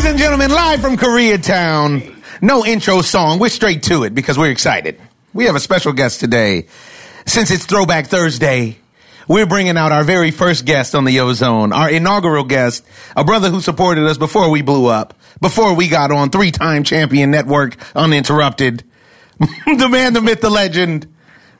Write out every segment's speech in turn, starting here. And live from Koreatown, no intro song. We're straight to it because we're excited. We have a special guest today. Since it's Throwback Thursday, we're bringing out our very first guest on the Ozone, our inaugural guest, a brother who supported us before we blew up, before we got on three time champion network uninterrupted. the man, the myth, the legend,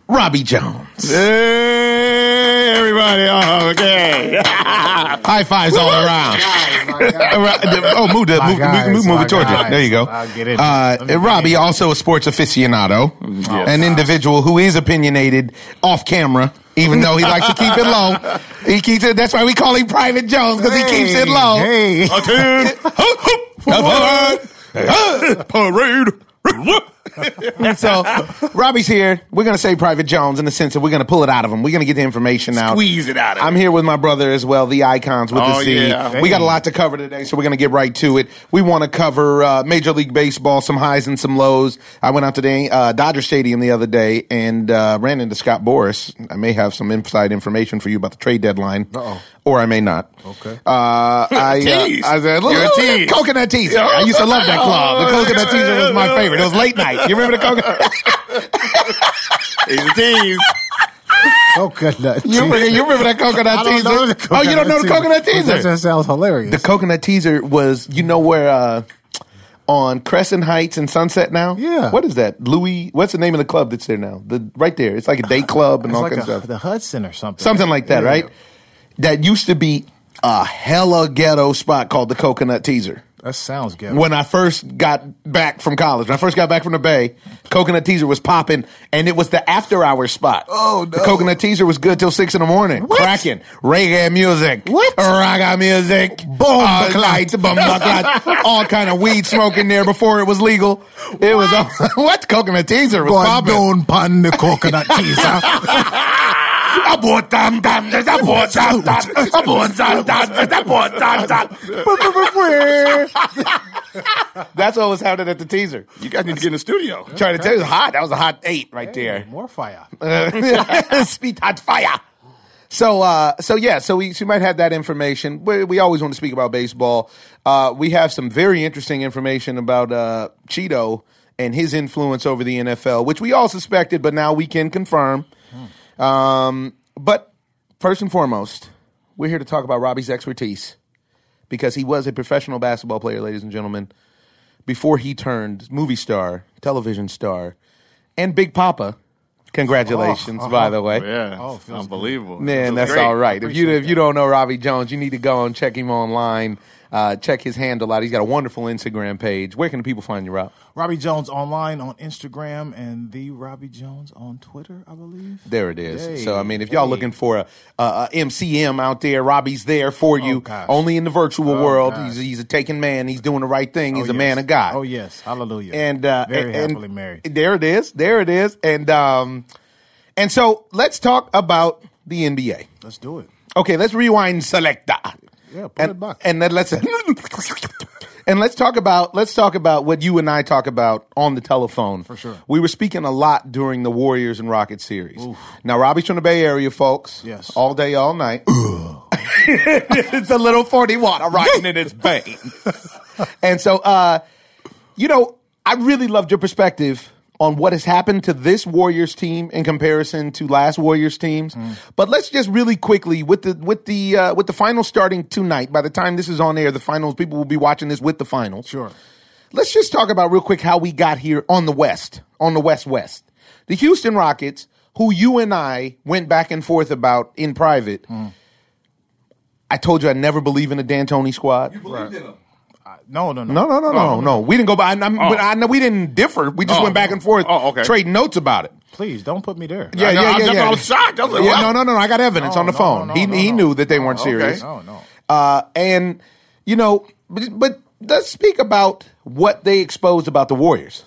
Robbie Jones. Hey, everybody. Oh, okay. High fives all around. All right. oh, move, the, My move, guys, move, move, my it towards guys. you. There you go. I'll get it. Uh, Let me Robbie, get it. also a sports aficionado, Yes. an individual who is opinionated off camera, even though he likes to keep it low. He keeps it. That's why we call him Private Jones because he keeps it low. Hey. Parade. so Robbie's here. We're gonna say Private Jones in the sense that we're gonna pull it out of him. We're gonna get the information out. Squeeze it out of I'm him. here with my brother as well, the icons with Oh, the Z. yeah. We got a lot to cover today, so we're gonna get right to it. We want to cover uh, Major League Baseball, some highs and some lows. I went out today, uh, Dodger Stadium the other day, and uh, ran into Scott Boris. I may have some inside information for you about the trade deadline, Uh-oh. or I may not. Okay. Uh, I, Tease. uh, I said, look, You're a look, tease. coconut teaser. I used to love that club. The coconut teaser was my favorite. It was late night. You remember the coconut? He's a tease. Coconut. You remember, you remember that coconut teaser? oh, you don't know the coconut teaser? That just sounds hilarious. The coconut teaser was, you know, where uh, on Crescent Heights and Sunset now. Yeah. What is that? Louis? What's the name of the club that's there now? The right there. It's like a day club and it's all like kinds a- of stuff. the Hudson or something. Something like that, Yeah. right? That used to be a hella ghetto spot called the Coconut Teaser. That sounds good. When I first got back from college, when I first got back from the Bay, Coconut Teaser was popping, and it was the after hour spot. Oh, no. The Coconut Teaser was good till six in the morning. What? Cracking reggae music, What? raga music, boom, baclat. lights, boom, baclat, all kind of weed smoking there before it was legal. It was a, what Coconut Teaser was popping. Gordon pan the coconut teaser. I bought them, them, I bought them, them, I bought them, them, I bought them, them. That's what was happening at the teaser. You guys need to get in the studio. Trying to tell you, it was hot. That was a hot eight right there. More fire. Uh, Speed hot fire. So, uh, so yeah, so we, so we might have that information. We, we always want to speak about baseball. Uh, we have some very interesting information about uh, Cheeto and his influence over the NFL, which we all suspected, but now we can confirm. Um, but first and foremost, we're here to talk about Robbie's expertise because he was a professional basketball player, ladies and gentlemen, before he turned movie star, television star, and Big Papa. Congratulations, by the way. Yeah. Oh, it feels unbelievable. Man, that's all right. If you if you don't know Robbie Jones, you need to go and check him online. Uh, check his handle out. He's got a wonderful Instagram page. Where can the people find you, Rob? Robbie Jones online on Instagram and the Robbie Jones on Twitter, I believe. There it is. Hey, so I mean, if y'all hey. looking for a, a, a MCM out there, Robbie's there for you. Oh, gosh. Only in the virtual Oh, world, gosh. he's, he's a taken man. He's doing the right thing. He's Oh, a man yes. of God. Oh yes, hallelujah. and uh, very and- happily married. There it is. There it is. And um, and so let's talk about the NBA. Let's do it. Okay, let's rewind selecta. Yeah, put and, it back. And then let's and let's talk about let's talk about what you and I talk about on the telephone. For sure. we were speaking a lot during the Warriors and Rockets series. Now, Robbie's from the Bay Area, folks. Yes. all day, all night. it's a little forty water rotting in its veins. and so, uh, you know, I really loved your perspective on what has happened to this Warriors team in comparison to last Warriors teams. But let's just really quickly with the with the uh, with the final starting tonight. By the time this is on air, the finals people will be watching this with the finals. Sure. Let's just talk about real quick how we got here on the West, on the West West. The Houston Rockets, who you and I went back and forth about in private. I told you I never believe in a D'Antoni squad. No, no, no. No, no, no, no, no. We didn't go by. I, I'm, Oh. but I know we didn't differ. We just Oh. went back and forth, Oh, okay. trading notes about it. Please don't put me there. Yeah, I know, yeah, I'm yeah, just- yeah. I was shocked. I was like, yeah, what? no, no, no, no. I got evidence No, on the no, phone. no, he no, he no. knew that they Oh, weren't okay. serious. No, no. Uh, and you know, but, but let's speak about what they exposed about the Warriors.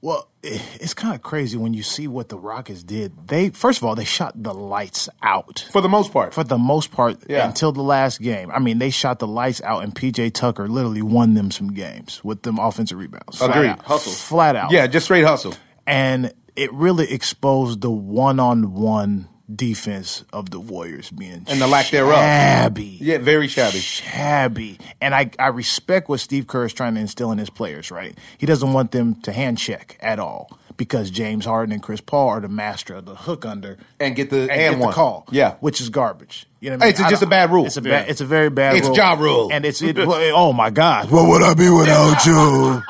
Well, i- it's kind of crazy when you see what the Rockets did. They first of all they shot the lights out for the most part. for the most part Yeah. until the last game. I mean, they shot the lights out, and PJ Tucker literally won them some games with them offensive rebounds. Flat Agreed. out. Hustle. flat out. yeah, just straight hustle. and it really exposed the one on one defense of the Warriors being And the lack thereof. shabby. Yeah, very shabby. Shabby. And I, I respect what Steve Kerr is trying to instill in his players, right? He doesn't want them to hand check at all because James Harden and Chris Paul are the master of the hook under And get the and, and, get one. the call. Yeah. which is garbage. You know what I mean? It's I just don't- a bad rule. It's a Yeah. bad. It's a very bad. It's rule. Ja Rule. and it's it. well, oh my God, what would I be without you?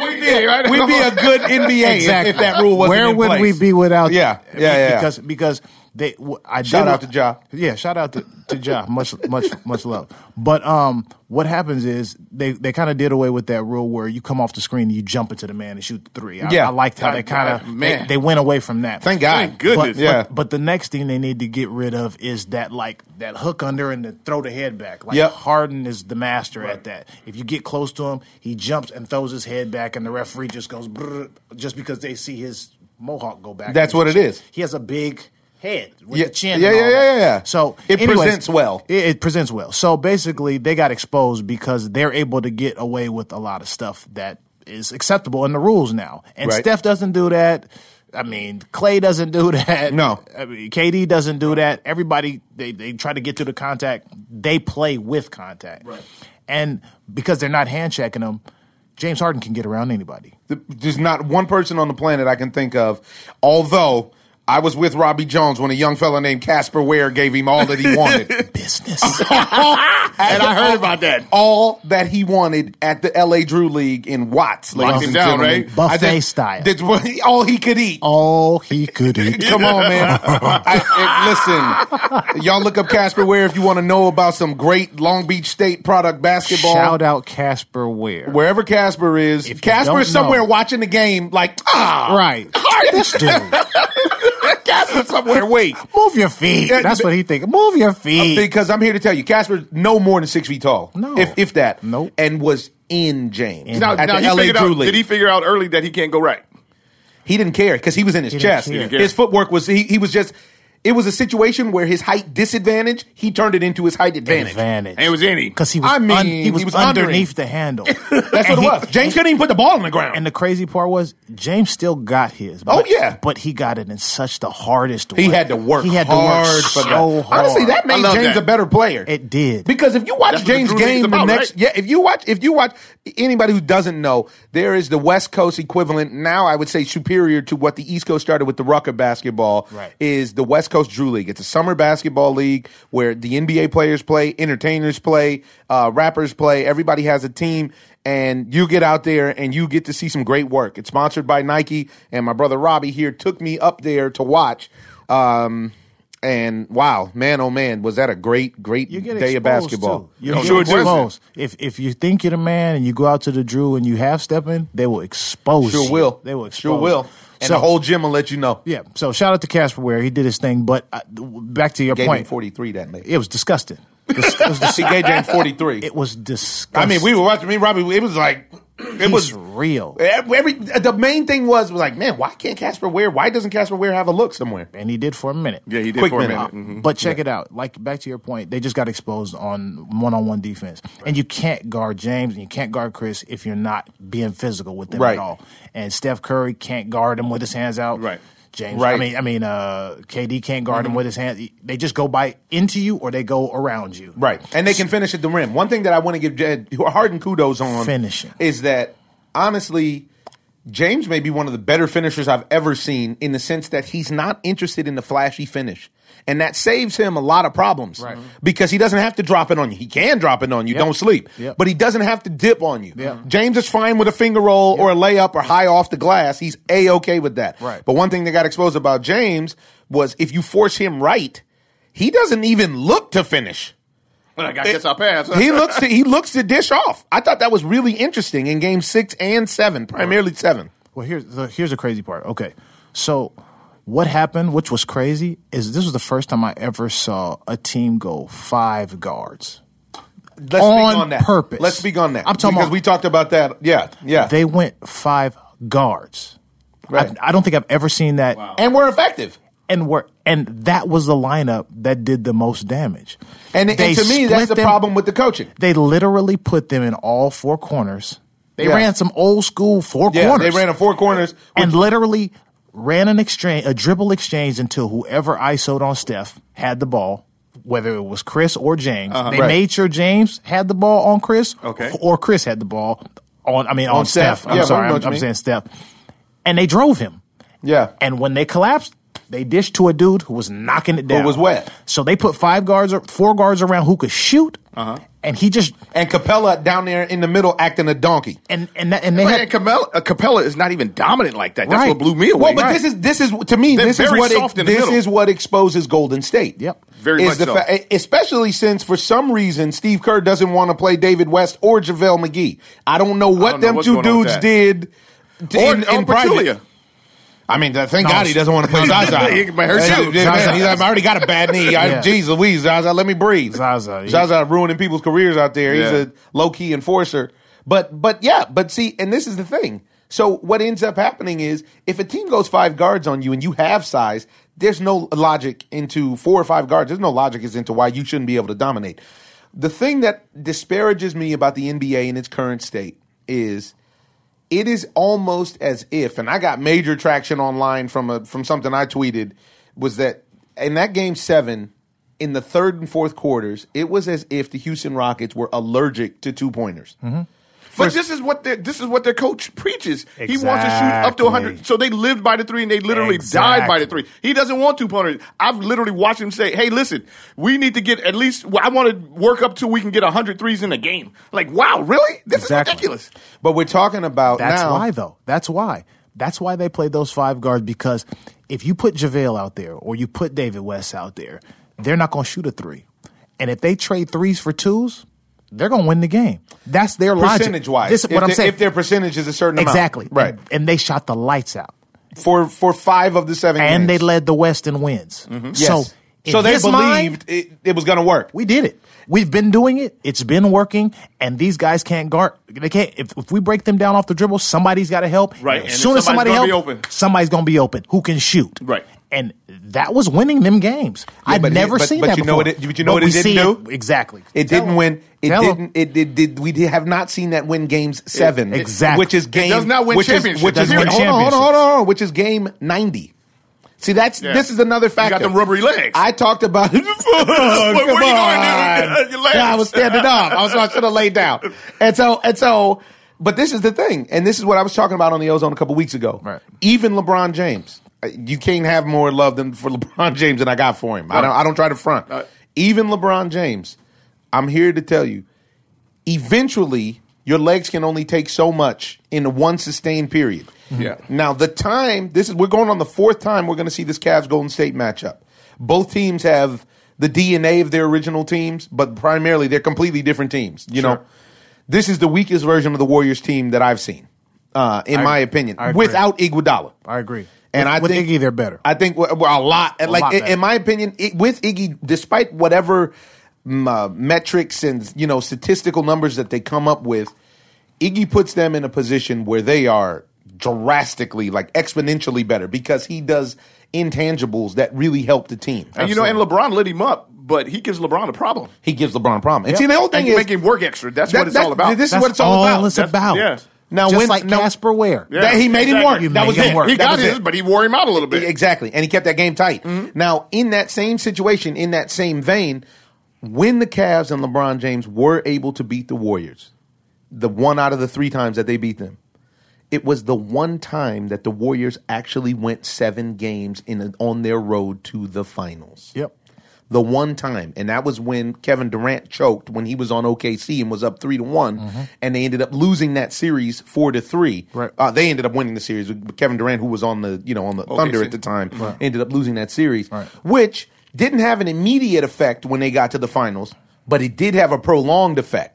We did, right? We'd be a good NBA if- if, that rule wasn't Where in would place. we be without? Yeah, Be- yeah, yeah. Because because they. w- I did- Shout out to Ja. Yeah, shout out to, to Ja. Much much much love. But um, what happens is they they kind of did away with that rule where you come off the screen, and you jump into the man and shoot the three. I, Yeah. I liked how I- they kind I- of man. they, they went away from that. Thank God. Thank goodness. But, Yeah. but but the next thing they need to get rid of is that like that hook under and then throw the head back. Like Yep. Harden is the master at that. If you get close to him, he jumps and throws his head back, and the referee just goes brrr, just because they see his mohawk go back. That's what it is. He has a big head with Yeah. the chin. Yeah, and all yeah, yeah, that. yeah, yeah. So It anyways, presents well. It, it presents well. So basically, they got exposed because they're able to get away with a lot of stuff that is acceptable in the rules now. And Right. Steph doesn't do that. I mean, Clay doesn't do that. No. I mean, KD doesn't do that. Everybody they they try to get through the contact. They play with contact, right. and because they're not hand checking them, James Harden can get around anybody. Th- There's not one person on the planet I can think of. Although I was with Robbie Jones when a young fella named Casper Ware gave him all that he wanted. Business. and I heard about that. all that he wanted at the LA Drew League in Watts. ladies him and down, gentlemen. right? I think Buffet style. That's what he- all he could eat. All he could eat. Come on, man. I, I- listen, y'all look up Casper Ware if you want to know about some great Long Beach State product basketball. Shout out Casper Ware. Wherever Casper is, If you Casper don't is somewhere know. watching the game, like, ah, Right. This dude. Casper's somewhere. Wait. Move your feet. Yeah, That's but- what he think. Move your feet. Because I'm here to tell you, Casper no more than six feet tall. No. if if that. Nope. And was in James In. Now, at now the he LA figured Drew out, League. did he figure out early that he can't go right? He didn't care because he was in his He didn't chest. care. He didn't care. His footwork was he, he was just it was a situation where his height disadvantage, he turned it into his height advantage. Advantage. And it was any. Because he was, I mean, un- he was, he was under underneath him. the handle. That's what it was. James couldn't even put the ball on the ground. And the crazy part was James still got his. Oh, but- yeah. but he got it in such the hardest way. he had to work He had hard to work for so that. hard. Honestly, that I made love James that. a better player. It did. Because if you watch That's what the James Drew League's game the about, next right? yeah, if you watch if you watch anybody who doesn't know, there is the West Coast equivalent now I would say superior to what the East Coast started with the Rucker basketball Right. is the West Coast Drew League. It's a summer basketball league where the NBA players play, entertainers play, uh, rappers play, everybody has a team and you get out there and you get to see some great work. It's sponsored by Nike and my brother Robbie here took me up there to watch um and wow, man, oh man, was that a great, great you get day of exposed, basketball. Too. You Oh, get sure it does. exposed. If if you think you're the man and you go out to the Drew and you half stepping, they will expose. Sure you. will. They will expose. Sure will. And So- the whole gym will let you know. Yeah. So shout out to Casper Ware. He did his thing. But uh, back to your Gave him point. 43 that night. It was disgusting. Dis- It was, dis- She gave James 43. it was disgusting. I mean, we were watching me, and Robbie. It was like, it He's was e-, Eh. real. Every the main thing was was like, man, why can't Casper Ware? Why doesn't Casper Ware have a look somewhere? and he did for a minute. Yeah, he did Quick for minute. a minute. Mhm. But check it out. Like back to your point, they just got exposed on one-on-one defense, and you can't guard James and you can't guard Chris if you're not being physical with them Right. at all. And Steph Curry can't guard him with his hands out. Right. James, Right. I Mm-hmm. mean, I mean, uh, KD can't guard him with his hands. They just go by into you or they go around you. Right, and they can finish at the rim. One thing that I want to give Jed Harden kudos on Finishing. is that honestly, James may be one of the better finishers I've ever seen in the sense that he's not interested in the flashy finish, and that saves him a lot of problems Right. Mhm. because he doesn't have to drop it on you. He can drop it on you, don't sleep, Yep. but he doesn't have to dip on you. Yep. James is fine with a finger roll or a layup or high off the glass. He's a okay with that. Right. But one thing that got exposed about James was if you force him right, he doesn't even look to finish Like, I guess I'll pass. he looks to he looks to dish off. I thought that was really interesting in game six and seven, primarily seven. Well, here's the, here's the crazy part. Okay, so what happened, which was crazy, is this was the first time I ever saw a team go five guards. Let's On speak on that. purpose. Let's speak on that. I'm talking because about- we talked about that. Yeah, yeah. They went five guards. Right. I, I don't think I've ever seen that. and we're effective. And were and that was the lineup that did the most damage. And, and They to me, split that's the them- problem with the coaching. They literally put them in all four corners. They Yeah. ran some old school four Yeah, corners. they ran in four corners. and literally ran an exchange, a dribble exchange until whoever ISO'd on Steph had the ball, whether it was Chris or James. they Uh-huh. Right. made sure James had the ball on Chris, Okay. or Chris had the ball on. I mean, on, Steph. Steph. I'm Yeah, I sorry, know I'm, what you I'm mean. saying Steph. And they drove him. Yeah. And when they collapsed, they dished to a dude who was knocking it down. was wet. So they put five guards, or four guards around who could shoot, Uh-huh. and he just And Capella down there in the middle acting a donkey. and and that, and they And had Capella, uh, Capella is not even dominant like that. That's Right. what blew me away. Well, but this is this is to me They're this is very what soft it, in the this middle. is what exposes Golden State. Yep. Very is much the so. fa- e, especially since for some reason Steve Kerr doesn't want to play David West or JaVale McGee. I don't know what don't know them what's two going on with dudes that. did to- or, in, or in private. Pachulia. I mean, th- thank No, God he doesn't want to play Zaza. He can play her Yeah, too. yeah, Zaza. man, he's like, I already got a bad knee. I, Yeah. Jeez Louise, Zaza, let me breathe. Zaza, yeah. Zaza ruining people's careers out there. Yeah. He's a low key enforcer. But but yeah, but see, and this is the thing. So what ends up happening is if a team goes five guards on you and you have size, there's no logic into four or five guards. There's no logic as into why you shouldn't be able to dominate. The thing that disparages me about the NBA in its current state is it is almost as if, and I got major traction online from a from something I tweeted, was that in that game seven, in the third and fourth quarters, it was as if the Houston Rockets were allergic to two pointers. Mm-hmm. But this is what their this is what their coach preaches. He wants to shoot up to 100. Exactly. So they lived by the three and they literally died by the Exactly. three. He doesn't want two pointers. I've literally watched him say, "Hey, listen, we need to get at least. I want to work up till we can get 100 threes in a game." Like, wow, really? This Exactly. is ridiculous. But we're talking about That's now. why, though. That's why. That's why they played those five guards because if you put JaVale out there or you put David West out there, they're not going to shoot a three. And if they trade threes for twos, they're going to win the game. That's their logic. Percentage wise, This is if what I'm they- saying. If their percentage is a certain exactly. amount, And, right? and they shot the lights out. For for five of the seven, And they games. led the West in wins. So, Mm-hmm. yes. in so they his believed mind, it, it was going to work. we did it. We've been doing it. It's been working, and these guys can't guard. They can't. If, if we break them down off the dribble, somebody's got to help. Right, and As soon as somebody somebody's helps, gonna be open. somebody's going to be open. Who can shoot? Right. And that was winning them games. I've but it- never but- seen but that you know before. what it- but you know what it we didn't see do? exactly. It Tell didn't 'em. win. It Tell 'em. didn't. It did, did. We did, have not seen that win games seven. it- Exactly. Which is game. does not win which is- championships. Which is, Doesn't win hold on, hold on, hold on, championships. hold on, Which is game ninety. See, that's Yeah. this is another got factor. them rubbery legs. I talked about. Come where you going, dude? on. Your legs. Yeah, I was standing up. I was. I should have laid down. And so. And so. But this is the thing, and this is what I was talking about on the ozone a couple weeks ago. Right. Even LeBron James, uh, you can't have more love than for LeBron James than I got for him. I don't. I don't try to front. Right. Even LeBron James, I'm here to tell you, eventually your legs can only take so much in one sustained period. Yeah. Now the time this is we're going on the fourth time we're going to see this Cavs Golden State matchup. Both teams have the DNA of their original teams, but primarily they're completely different teams. You know, this is the weakest version of the Warriors team that I've seen, uh, in my opinion, I agree. without Iguodala. I agree. And With- I with think Iggy, they're better. I think well, well, a lot. like lot in- better. in my opinion, it, with Iggy, despite whatever mm, uh, metrics and you know statistical numbers that they come up with, Iggy puts them in a position where they are drastically, like exponentially better because he does intangibles that really help the team. And you know, and LeBron lit him up, but he gives LeBron a problem. He gives LeBron a problem. And see, the whole thing And is you make him work extra. That's That- what it's that- all about. this is That's what it's all about. it's That's- about. yeah. Now, just when- like now- Casper Ware. Yeah. that he made him exactly. work. You That was made him it. work. he That got was his, it. but he wore him out a little bit. Exactly. And he kept that game tight. Now, in that same situation, in that same vein, when the Cavs and LeBron James were able to beat the Warriors, the one out of the three times that they beat them, it was the one time that the Warriors actually went seven games in on their road to the finals. Yep. The one time, and that was when Kevin Durant choked when he was on OKC and was up three to one, and they ended up losing that series four to three. Mm-hmm. Right. Uh, they ended up winning the series. with Kevin Durant, who was on the you know on the Thunder OKC. at the time, ended up losing that series, Right. which didn't have an immediate effect when they got to the finals, but it did have a prolonged effect.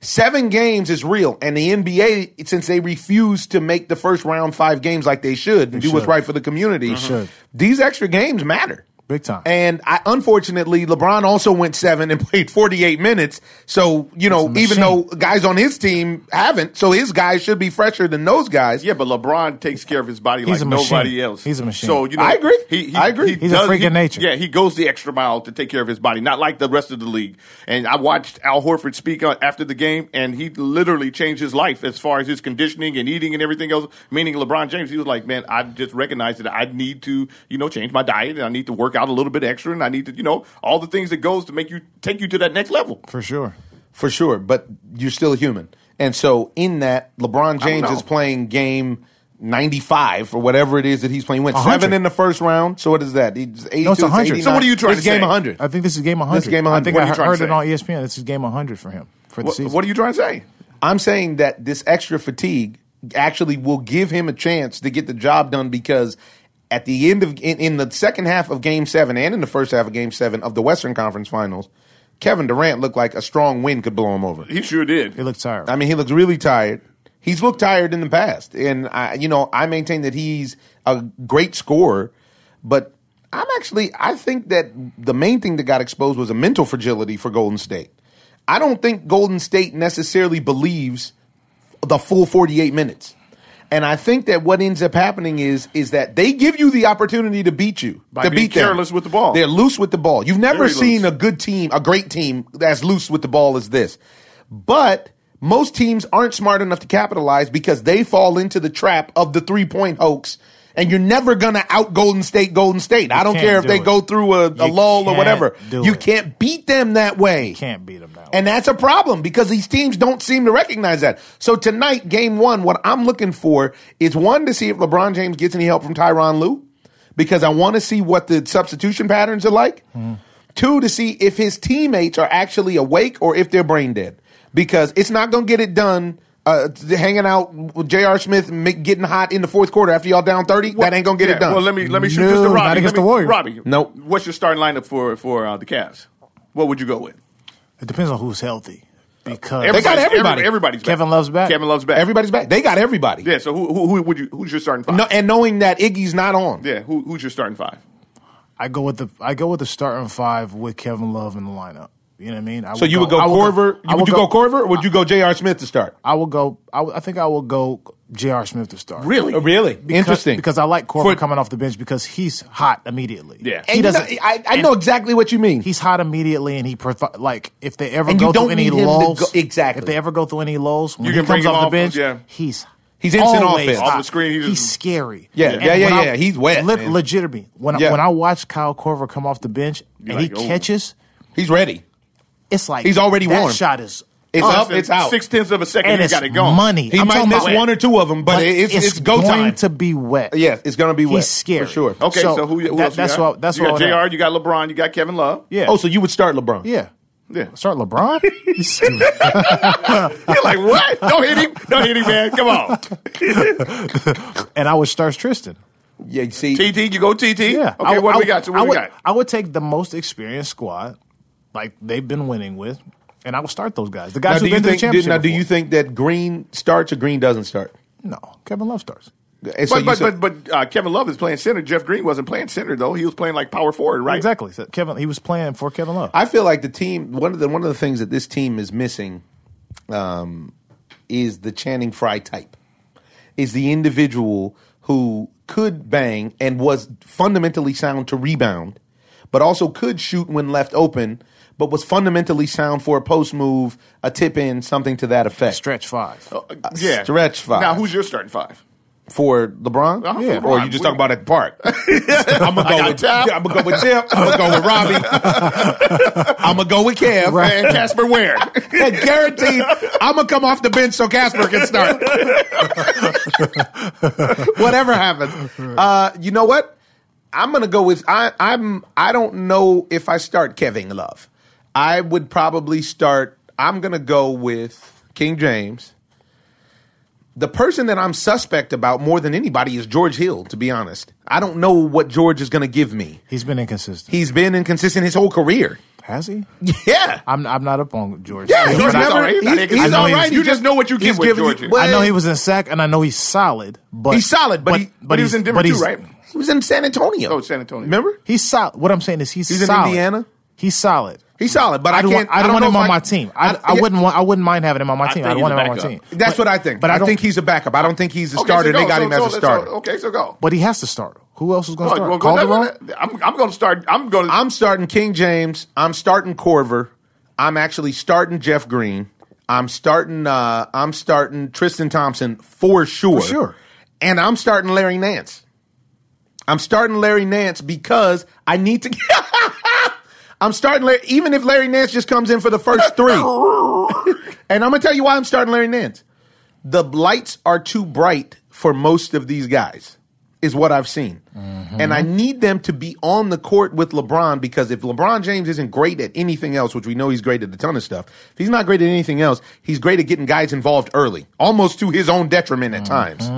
Seven games is real, and the NBA, since they refused to make the first round five games like they should and do what's should. right for the community, should. these extra games matter. Big time. And I, unfortunately, LeBron also went seven and played 48 minutes. So, you know, He's a even though machine. guys on his team haven't, so his guys should be fresher than those guys. Yeah, but LeBron takes care of his body He's like a machine. nobody else. He's a machine. So you know, I agree. He, he, I agree. he He's a does- freak he- of nature. Yeah, he goes the extra mile to take care of his body, not like the rest of the league. And I watched Al Horford speak on, after the game, and he literally changed his life as far as his conditioning and eating and everything else. Meaning LeBron James, he was like, "Man, I just recognized that I need to, you know, change my diet, and I need to work out a little bit extra, and I need to, you know, all the things that goes to make you take you to that next level." for sure. For sure, but you're still a human. And so in that, LeBron James know. is playing game 95 or whatever it is that he's playing. He went 100. seven in the first round. So what is that? He's 82, 100. 89. So what are you trying It's to game say? 100. I think this is game 100. This is game I 100. think What are I you he- trying to heard it say? on E ESPN. This is game 100 for him for the What, season. what are you trying to say? I'm saying that this extra fatigue actually will give him a chance to get the job done because at the end of in, in the second half of game 7 and in the first half of game 7 of the Western Conference Finals, Kevin Durant looked like a strong wind could blow him over. He sure did. He looked tired. I mean, he looks really tired. He's looked tired in the past, and I, you know, I maintain that he's a great scorer, but I'm actually, I think that the main thing that got exposed was a mental fragility for Golden State. I don't think Golden State necessarily believes the full 48 minutes. And I think that what ends up happening is is that they give you the opportunity to beat you, By to being beat them. careless with the ball. They're loose with the ball. You've never Very seen loose. a good team, a great team as loose with the ball as this. But most teams aren't smart enough to capitalize because they fall into the trap of the three point hoax. And you're never gonna out Golden State, Golden State. I don't can't care if do they it. go through a, a You lull or can't whatever. do You it. can't beat them that way. Can't beat him now. And that's a problem because these teams don't seem to recognize that. So tonight, game one, what I'm looking for is one to see if LeBron James gets any help from Tyron Lue because I want to see what the substitution patterns are like. Two, to see if his teammates are actually awake or if they're brain dead because it's not going to get it done. Uh, hanging out with J.R. Smith ma- getting hot in the fourth quarter after y'all down 30, that ain't going to get Yeah, it done. Well, let me let me shoot No, this to not Robbie. against Let me- the Warriors. Robbie, Nope. What's your starting lineup for for uh, the Cavs? What would you go with? it depends on who's healthy. Uh, Because They got Everybody's- everybody. every- Everybody's back. Kevin Love's back. Kevin loves back. Everybody's back. They got everybody. yeah. So who, who who would you? Who's your starting five? No, and knowing that Iggy's not on. yeah. Who, who's your starting five? I go with the I go with the starting five with Kevin Love in the lineup. You know what I mean? I So you would go I Corver. I would you go, Corver or would you go J.R. Smith to start? I would go. I, would- I think I will go J.R. Smith to start. Oh, really? Because- Interesting. Because I like Corver For- coming off the bench because he's hot immediately. Yeah. And he you know- doesn't. I, I know exactly what you mean. he's hot immediately, and he provi- like if they ever And you go don't through any need him to lulls, go- exactly. If they ever go through any lulls, when You he can bring comes him off the off, bench, yeah. he's He's instant always offense. hot. Off the screen, he just- he's scary. Yeah, And yeah, yeah, when I- yeah, he's wet, Lit- man. legitimately, when Yeah. when I watch Kyle Corver come off the bench and like, he oh. catches, He's ready. it's like He's already that warm. Shot is It's up. It's out. Six tenths of a second. and you it's got it going. money. He I'm might talking miss about- one or two of them, but, it- it's, it's, go going time. to be wet. yes, it's going to be wet he's scary for sure. Okay. So, So who? who that- else you that's got? what- that's you what got. I would Jr. You got LeBron. You got Kevin Love. Yeah. Oh, so you would start LeBron? yeah. Yeah. Start LeBron. You stupid. You're like what? Don't hit him. Don't hit him, man. Come on. and I would start Tristan. Yeah. you See, TT. You go TT. Yeah. Okay. I- what do we I- got? So I what do we would, got? I would take the most experienced squad, like they've been winning with, and I would start those guys. The now guys do who've you been to the think? championship. Do, now, do you before. think that Green starts or Green doesn't start? No, Kevin Love starts. And so But you but, said- but but uh, Kevin Love is playing center. Jeff Green wasn't playing center though. He was playing like power forward, right? Exactly. So Kevin, he was playing for Kevin Love. I feel like the team one of the one of the things that this team is missing um, is the Channing Frye type. Is the individual who could bang and was fundamentally sound to rebound, but also could shoot when left open, but was fundamentally sound for a post move, a tip in, something to that effect. Stretch five. Uh, yeah. stretch five. Now who's your starting five? for LeBron? Uh-huh, Yeah. for Or LeBron. you just talking about at the park? I'm gonna go with Tap. I'm gonna go with Tip. I'm gonna go with Robbie. I'm gonna go with Kev. And Casper Ware. And guaranteed, I'm gonna come off the bench so Casper can start. Whatever happens, uh, you know what? I'm gonna go with I. I'm. I don't know if I start Kevin Love. I would probably start. I'm gonna go with King James. The person that I'm suspect about more than anybody is George Hill. To be honest, I don't know what George is gonna give me. He's been inconsistent. He's been inconsistent his whole career. Has he? Yeah. I'm I'm not up on George. Yeah, But he's, George I, never- all right. alright. He's, I he's know all he's- right. You just know what you get he's with giving Georgia. you- I know well, he was in sack, and I know he's solid, but He's solid, but he- but he was he's- in Denver but too, he's- right? he was in San Antonio. Oh, San Antonio. Remember? He's solid. What I'm saying is he's He's in solid. Indiana? He's solid. He's solid, but I, I don't, can't. want, I don't, want know him if on I- my team. I, I yeah. wouldn't want. I wouldn't mind having him on my team. think I he's don't want him a on my backup. team. That's what I think. But but I I, don't- think he's a backup. I don't think he's a starter. so they go, got so- him as so a let's- starter. so- okay, so go. But he has to start. Who else is going to Well, start? well, no, no, Calderon. no, I'm, I'm going to start. I'm going to. I'm starting King James. I'm starting Corver. I'm actually starting Jeff Green. I'm starting. Uh, I'm starting Tristan Thompson for sure. For sure. And I'm starting Larry Nance. I'm starting Larry Nance because I need to. I'm starting Larry, even if Larry Nance just comes in for the first three. and I'm gonna tell you why I'm starting Larry Nance. The lights are too bright for most of these guys, is what I've seen. And I need them to be on the court with LeBron because if LeBron James isn't great at anything else, which we know he's great at a ton of stuff, if he's not great at anything else, he's great at getting guys involved early, almost to his own detriment at times.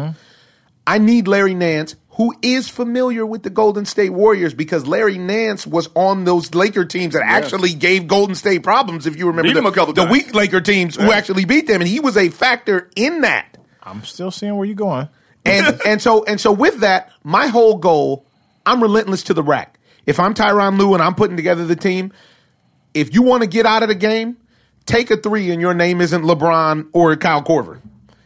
I need Larry Nance, who is familiar with the Golden State Warriors because Larry Nance was on those Laker teams that actually gave Golden State problems, if you remember Beat the, them a couple the times. weak Laker teams who actually beat them, and he was a factor in that. I'm still seeing where you're going. And and so and so with that, my whole goal, I'm relentless to the rack. If I'm Tyron Lue and I'm putting together the team, if you want to get out of the game, take a three and your name isn't LeBron or Kyle Corver.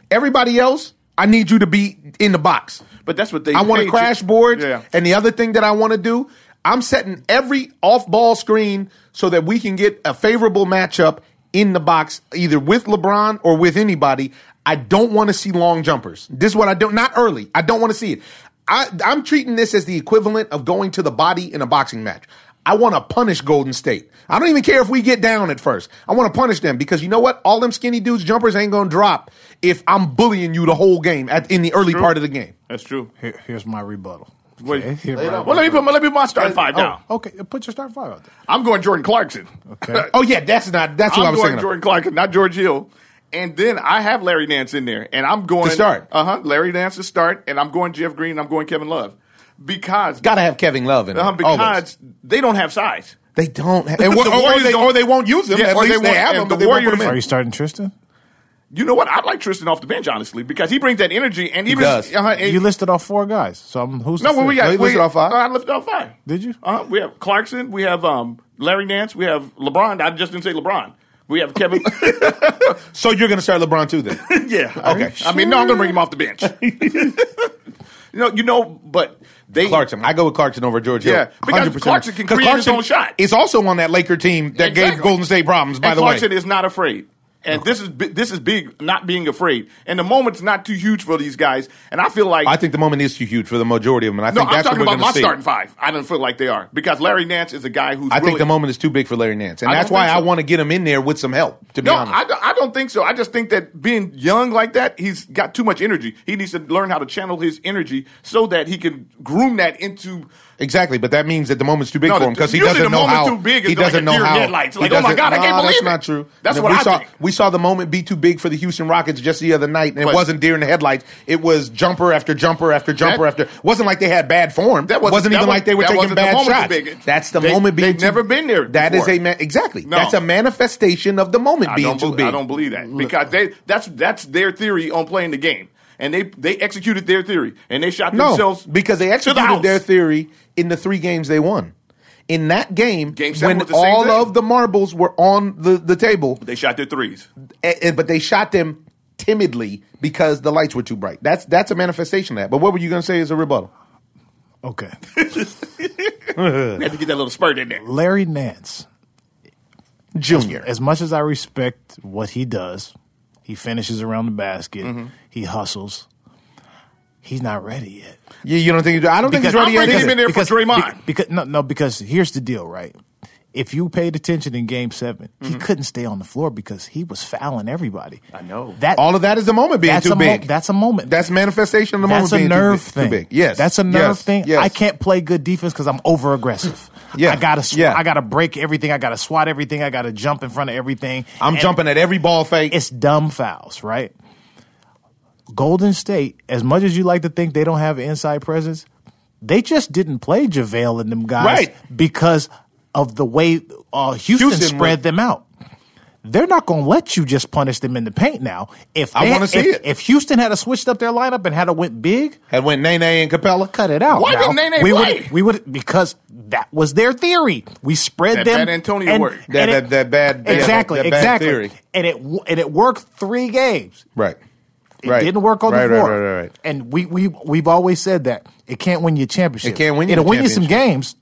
Everybody else, I need you to be in the box. but that's what they. I want paid to you. crash boards. Yeah. And the other thing that I want to do, I'm setting every off ball screen so that we can get a favorable matchup in the box, either with LeBron or with anybody. I don't want to see long jumpers. This is what I don't, not early. I don't want to see it. I, I'm treating this as the equivalent of going to the body in a boxing match. I want to punish Golden State. I don't even care if we get down at first. I want to punish them because you know what? All them skinny dudes jumpers ain't gonna drop if I'm bullying you the whole game at, in the early part of the game. That's true. Here, here's my rebuttal. Wait. Okay, here's my well, rebuttal. let me put my let me put my starting Oh. five down. Okay, uh, put your start five out there. I'm going Jordan Clarkson. Okay. Oh yeah, that's not. That's what I'm I was going saying. Jordan Clarkson, not George Hill. And then I have Larry Nance in there, and I'm going To start. Uh huh. Larry Nance to start, and I'm going Jeff Green. and I'm going Kevin Love because Got to have Kevin Love in it. uh, because always. they don't have size. they don't. Have, and, The or, or, Warriors they, don't- or they won't use them. Yeah, at or they least they won't- have and them, the but they won't put Warriors them Are in. you starting Tristan? You know what? I like Tristan off the bench, honestly, because he brings that energy. And even does. Uh-huh, and- You listed off four guys, so I'm who's no, the well, we fifth? got No, he we- listed off five. I lifted off five. Did you? Uh-huh. We have Clarkson. We have um, Larry Nance. We have LeBron. I just didn't say LeBron. We have Kevin. So you're going to start LeBron too then? yeah. Okay. I mean, no, I'm going to bring him off the bench. you know, you know, but they Clarkson. I go with Clarkson over George Yeah, Hill. because Clarkson can 'Cause create his own shot. Is also on that Laker team that gave Exactly. Golden State problems. By and the Clarkson way, is not afraid. And this is bi- this is big, not being afraid. And the moment's not too huge for these guys. And I feel like I think the moment is too huge for the majority of them. And I no, think I'm that's talking what we're about going my to see. starting five. I don't feel like they are because Larry Nance is a guy who's. I really, think the moment is too big for Larry Nance, and I don't that's why think I so. want to get him in there with some help. To be No, honest, I, don't- I don't think so. I just think that being young like that, he's got too much energy. He needs to learn how to channel his energy so that he can groom that into. Exactly, but that means that the moment's too big No, for the- him because he usually doesn't the know moment's how too big is he like doesn't a know deer in how. headlights. he Like, oh my doesn't- God, I can't Nah, believe that's not it. true. That's No, what we I saw. think. We saw the moment be too big for the Houston Rockets just the other night, and it But- wasn't deer in the headlights. It was jumper after jumper after jumper That- after. Wasn't like they had bad form. That wasn't, wasn't- that even was- like they were that taking wasn't the bad moment shots. big. That's the They- moment being. they've too- never been there That is before. a ma- exactly. No. That's a manifestation of the moment I being don't, too bel- big. I don't believe that because they that's that's their theory on playing the game, and they they executed their theory and they shot No, themselves because they to the executed house. their theory in the three games they won. In that game, Game seven was when the same all thing. of the marbles were on the, the table, They shot their threes. eh, eh, but they shot them timidly because the lights were too bright. That's that's a manifestation of that. But what were you going to say as a rebuttal? Okay, They had to get that little spurt in there. Larry Nance. Junior. As much as I respect what he does, he finishes around the basket. He hustles. He's not ready yet. You, you don't think? I don't think he's ready I'm yet. bringing either. him in there for Draymond. be- because no, no, because here's the deal, right? If you paid attention in Game 7 Mm-hmm. he couldn't stay on the floor because he was fouling everybody. I know. that. All of that is the moment being that's too a big. Mo- that's a moment. That's manifestation of the That's a moment being too nerve big- too, thing. big. Yes, that's a nerve Yes. thing. Yes. I can't play good defense because I'm over aggressive. Yeah. I gotta, sw- Yeah. I gotta break everything. I gotta swat everything. I gotta jump in front of everything. I'm And jumping at every ball fake. It's dumb fouls, right? Golden State, as much as you like to think they don't have an inside presence, they just didn't play JaVale and them guys Right. because of the way uh, Houston, Houston spread would- them out. They're not going to let you just punish them in the paint now. If I they- wanna see if- it. If Houston had a switched up their lineup and had a went big, And when Nene and Capella cut it out. Why now. didn't Nene we play? Would, we would because that was their theory. We spread That them. bad Antonio work. That- it- that- that bad- yeah, Exactly. that bad exactly. theory. And it w- and it worked three games. Right. It didn't work on right, the right, fourth. Right, right, right. And we we we've always said that it can't win you a championship. It can't win you It'll the win you some games.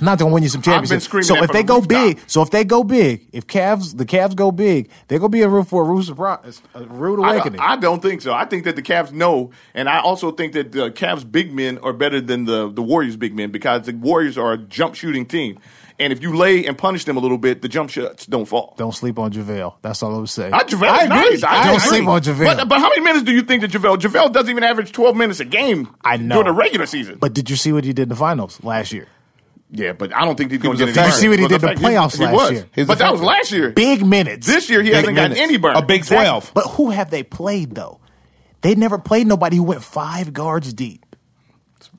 Not gonna win you some I've been championships. screaming So that if from they the go rooftop. big, so if they go big, if Cavs the Cavs go big, they're gonna be in room for a rude surprise, a rude I awakening. don't, I don't think so. I think that the Cavs know, and I also think that the Cavs big men are better than the the Warriors big men because the Warriors are a jump shooting team, and if you lay and punish them a little bit, the jump shots don't fall. don't sleep on JaVale. That's all I'm saying. I, JaVale's I agree. nice. I, I agree. don't sleep on JaVale. But, but how many minutes do you think that JaVale? JaVale doesn't even average 12 minutes a game I know. during the regular season. But did you see what he did in the finals last year? yeah, but I don't think he's going was to get effective. any You see what he better. did in the He was playoffs effective. last He was. year. He was But that was effective. last year. Big minutes. This year he Big hasn't gotten minutes. any burn. A big Exactly. 12. But who have they played though? They never played nobody who went five guards deep.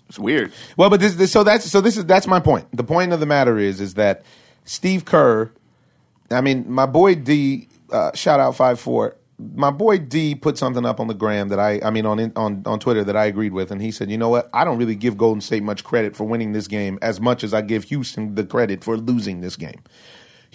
It's weird. Well, but this, this so that's so this is that's my point. The point of the matter is is that Steve Kerr, I mean, my boy D, uh, shout out five four. My boy D put something up on the gram that I, I mean, on in- on on Twitter that I agreed with, and he said, you know what, I don't really give Golden State much credit for winning this game as much as I give Houston the credit for losing this game.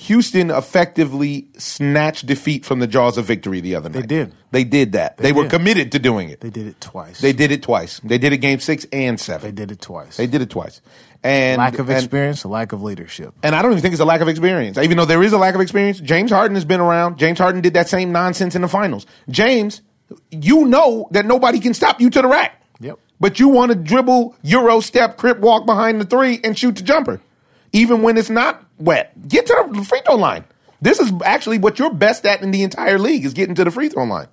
Houston effectively snatched defeat from the jaws of victory the other night. did. They did that. They, were did. committed to doing it. They did it twice. They did it twice. They did it game six and seven. They did it twice. They did it twice. And lack of and- experience, lack of leadership. And, I don't even think it's a lack of experience. Even though there is a lack of experience, James Harden has been around. James Harden did that same nonsense in the finals. James, you know that nobody can stop you to the rack. Yep. But you want to dribble, Euro step, crip walk behind the three and shoot the jumper. Even when it's not wet. Get to the free throw line. This is actually what you're best at in the entire league is getting to the free throw line.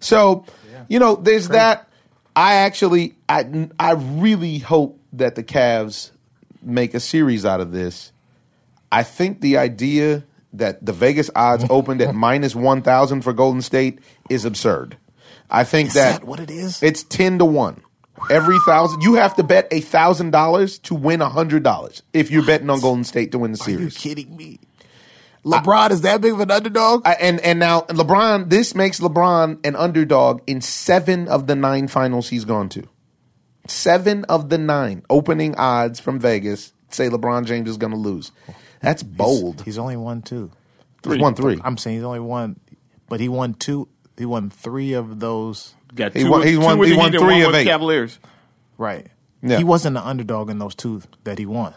So, you know, there's that. I actually, I, I really hope that the Cavs make a series out of this. I think the idea that the Vegas odds opened at minus 1,000 for Golden State is absurd. I think Is that, that what it is? It's 10 to 1. Every thousand, you have to bet a thousand dollars to win a hundred dollars if you're betting on Golden State to win the Are you series. kidding me? LeBron is that big of an underdog? I, and and now LeBron, this makes LeBron an underdog in seven of the nine finals he's gone to. Seven of the nine opening odds from Vegas say LeBron James is going to lose. That's bold. He's only won two. He's won three. I'm saying he's only won, but he won two. He won three of those. Got He won- he won- with he the won Heat and three of with the eight. Cavaliers. Right. Yeah. He wasn't an underdog in those two that he won.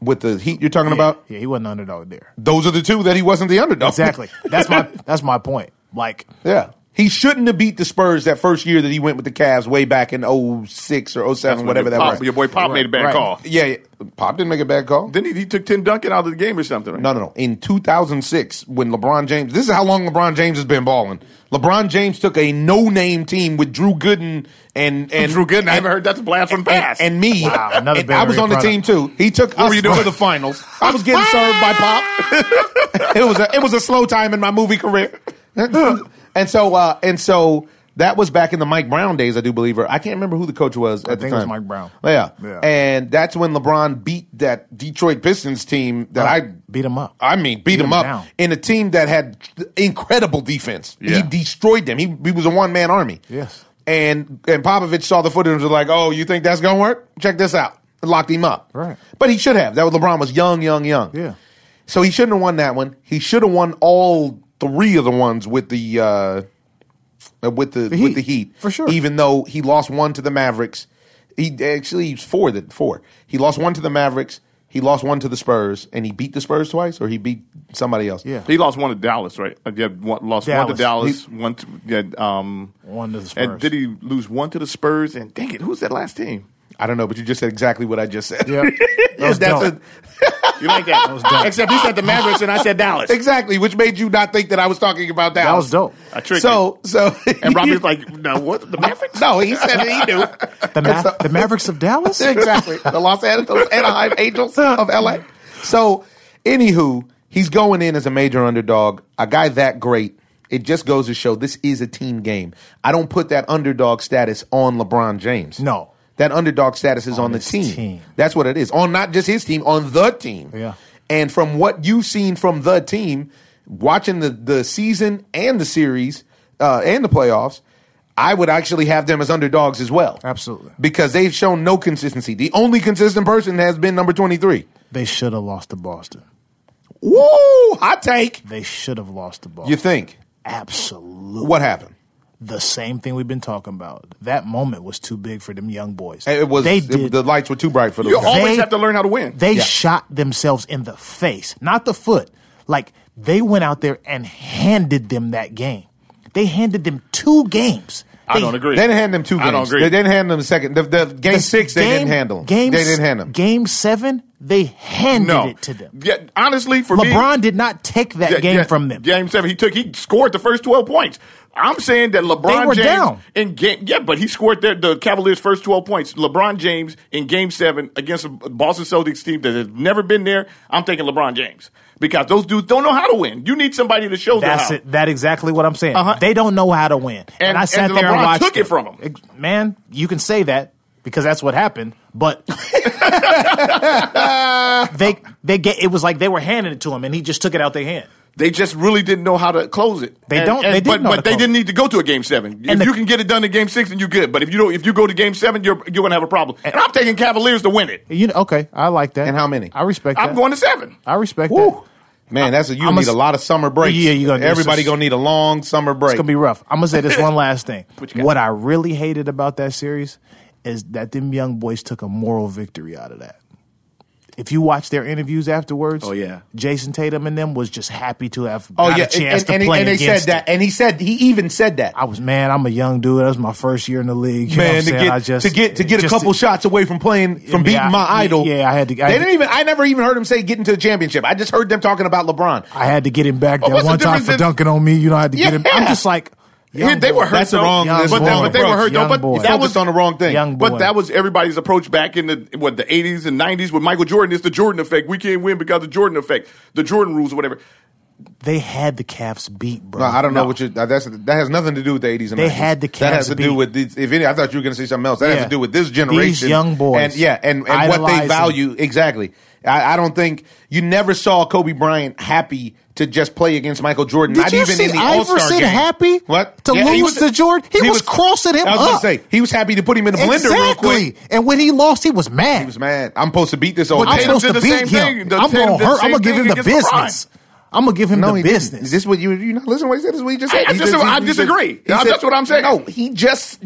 With the heat you're talking about, Yeah, he wasn't an underdog there. those are the two that he wasn't the underdog. Exactly. that's my that's my point. Like yeah. He shouldn't have beat the Spurs that first year that he went with the Cavs way back in 06 or 07, That's whatever when that Pop- was. Your boy Pop made a bad Right. call. Yeah, yeah. Pop didn't make a bad call. Then he, he took Tim Duncan out of the game or something. Right? No, no, no. In 2006, when LeBron James, this is how long LeBron James has been balling. LeBron James took a no-name team with Drew Gooden and and Drew Gooden. I haven't heard that's a blast from the and, past. and me. Wow, another and I was Bay Area on the product. team too. He took us were you doing? to the finals. I was getting served by Pop. it was a it was a slow time in my movie career. and so uh, and so that was back in the Mike Brown days, I do believe. Or I can't remember who the coach was at the think time. it was Mike Brown. Yeah. Yeah. and that's when LeBron beat that Detroit Pistons team Uh-huh. that I beat him up. I mean, beat, him him up down. in a team that had incredible defense. Yeah. He destroyed them. He, he was a one man army. Yes. And and Popovich saw the footage and was like, "Oh, you think that's gonna work? Check this out." And locked him up. Right. But he should have. That was LeBron was young, young, young. Yeah. So he shouldn't have won that one. He should have won all three of the ones with the uh, with the, with Heat, the Heat for sure. Even though he lost one to the Mavericks, he actually he's four that four. He lost one to the Mavericks. He lost one to the Spurs, and he beat the Spurs twice, or he beat somebody else. Yeah. he lost one to Dallas, right? Uh, Yeah, one, lost one Dallas. to Dallas. one to yeah, um, One to the Spurs. And did he lose one to the Spurs? And dang it, who's that last team? I don't know, but you just said exactly what I just said. Yeah. That was That's dumb. You like that? Except he said the Mavericks, and I said Dallas. a- exactly, which made you not think that I was talking about that. that was dope. I tricked So, so, you. And Robbie's like, no, what the Mavericks? no, he said it, he knew. The, Ma- So- the Mavericks of Dallas? exactly. The Los Angeles Anaheim Angels of LA. So, anywho, he's going in as a major underdog. A guy that great. It just goes to show this is a team game. I don't put that underdog status on LeBron James. No. That underdog status is on, the his team. team. That's what it is. On not just his team, on the team. Yeah. And from what you've seen from the team, watching the, the season and the series uh, and the playoffs, I would actually have them as underdogs as well. Absolutely. Because they've shown no consistency. The only consistent person has been number 23. They should have lost to Boston. Woo! Hot take. They should have lost to Boston. You think? Absolutely. What happened? The same thing we've been talking about. That moment was too big for them young boys. It was They it- did. the lights were too bright for them. You always They- have to learn how to win. they Yeah. shot themselves in the face, not the foot. Like they went out there and handed them that game. They handed them two games. I They- don't agree. They didn't hand them two games. I don't agree. They didn't hand them the second. The, the game the six, they game- didn't handle. Game, they s- didn't hand them. Game seven, they handed no. it to them. Yeah, honestly, for me, LeBron did not take that Yeah, game yeah, from them. Game seven, he took. He scored the first twelve points. I'm saying that LeBron They were James down. in game. Yeah, but he scored the, the Cavaliers' first twelve points. LeBron James in game seven against a Boston Celtics team that has never been there. I'm taking LeBron James because those dudes don't know how to win. You need somebody to show That's them. it. That exactly what I'm saying. Uh-huh. They don't know how to win. And, And- I sat and there and LeBron watched. took it from 'em. Ex- Man, you can say that because that's what happened. But they they get it was like they were handing it to him, and he just took it out their hand. They just really didn't know how to close it. They And- don't- and- they didn't but know but how to they close didn't need to go to a game seven. if the- you can get it done in game six, then you're good. But if you don't, if you go to game seven, you're you're gonna have a problem. And, I'm taking Cavaliers to win it. You know, okay, I like that. And how many? I respect. I'm that. going to seven. I respect that. Woo. Man, that's a, you I'm a need a, s- lot of summer breaks. Yeah, you gonna- it's Everybody just- gonna need a long summer break. It's gonna be rough. I'm gonna say this one last thing. What you got? what I really hated about that series is that them young boys took a moral victory out of that. If you watch their interviews afterwards, Oh, yeah. Jason Tatum and them was just happy to have oh got yeah, a chance and, and, to he- play and they said against it. that, and he said he even said that. I was man, I'm a young dude. That was my first year in the league. You know what Man, I'm to saying? I get, just to get to get a just- couple shots away from playing from Yeah, beating I- my yeah, idol. yeah, I had to- I they had to- didn't even. I never even heard him say getting to the championship. I just heard them talking about LeBron. I had to get him back Oh, that what's the one time difference for in- dunking on me. You know, I had to get him. I'm Yeah. just like, Yeah, young they boy. were hurt. That's the though. wrong- But, that's that- the wrong but they were approach. hurt though. Young But boy. that Focused was on the wrong thing. Young boy. But that was everybody's approach back in the what the eighties and nineties with Michael Jordan. It's the Jordan effect. We can't win because of the Jordan effect, the Jordan rules, or whatever. they had the Cavs beat, bro. No, I don't know No. what you. uh, That's that has nothing to do with the eighties and They 90s. had the That Cavs has to do beat. with these, if any. I thought you were going to say something else. That has Yeah. to do with this These generation, young boys and yeah, and, and what they idolizing. value exactly. I, I don't think you never saw Kobe Bryant happy to just play against Michael Jordan. Did not you even see in the All Star Iverson game. happy What to he lose to Jordan? He was crossing him I was gonna up. say he was happy to put him in a blender real quick. Exactly. And when he lost, he was mad. He was mad. I'm supposed to beat this old. But I'm man. Tatum supposed did to the same beat him. thing. The I'm Tatum gonna did the hurt. I'm same gonna give thing him the against LeBron. business. I'm gonna give him No, the he business. Didn't. Is this what you you not listen to what he said? This is what he just said. I He just- he I he disagree. he That's what I'm saying. No, he just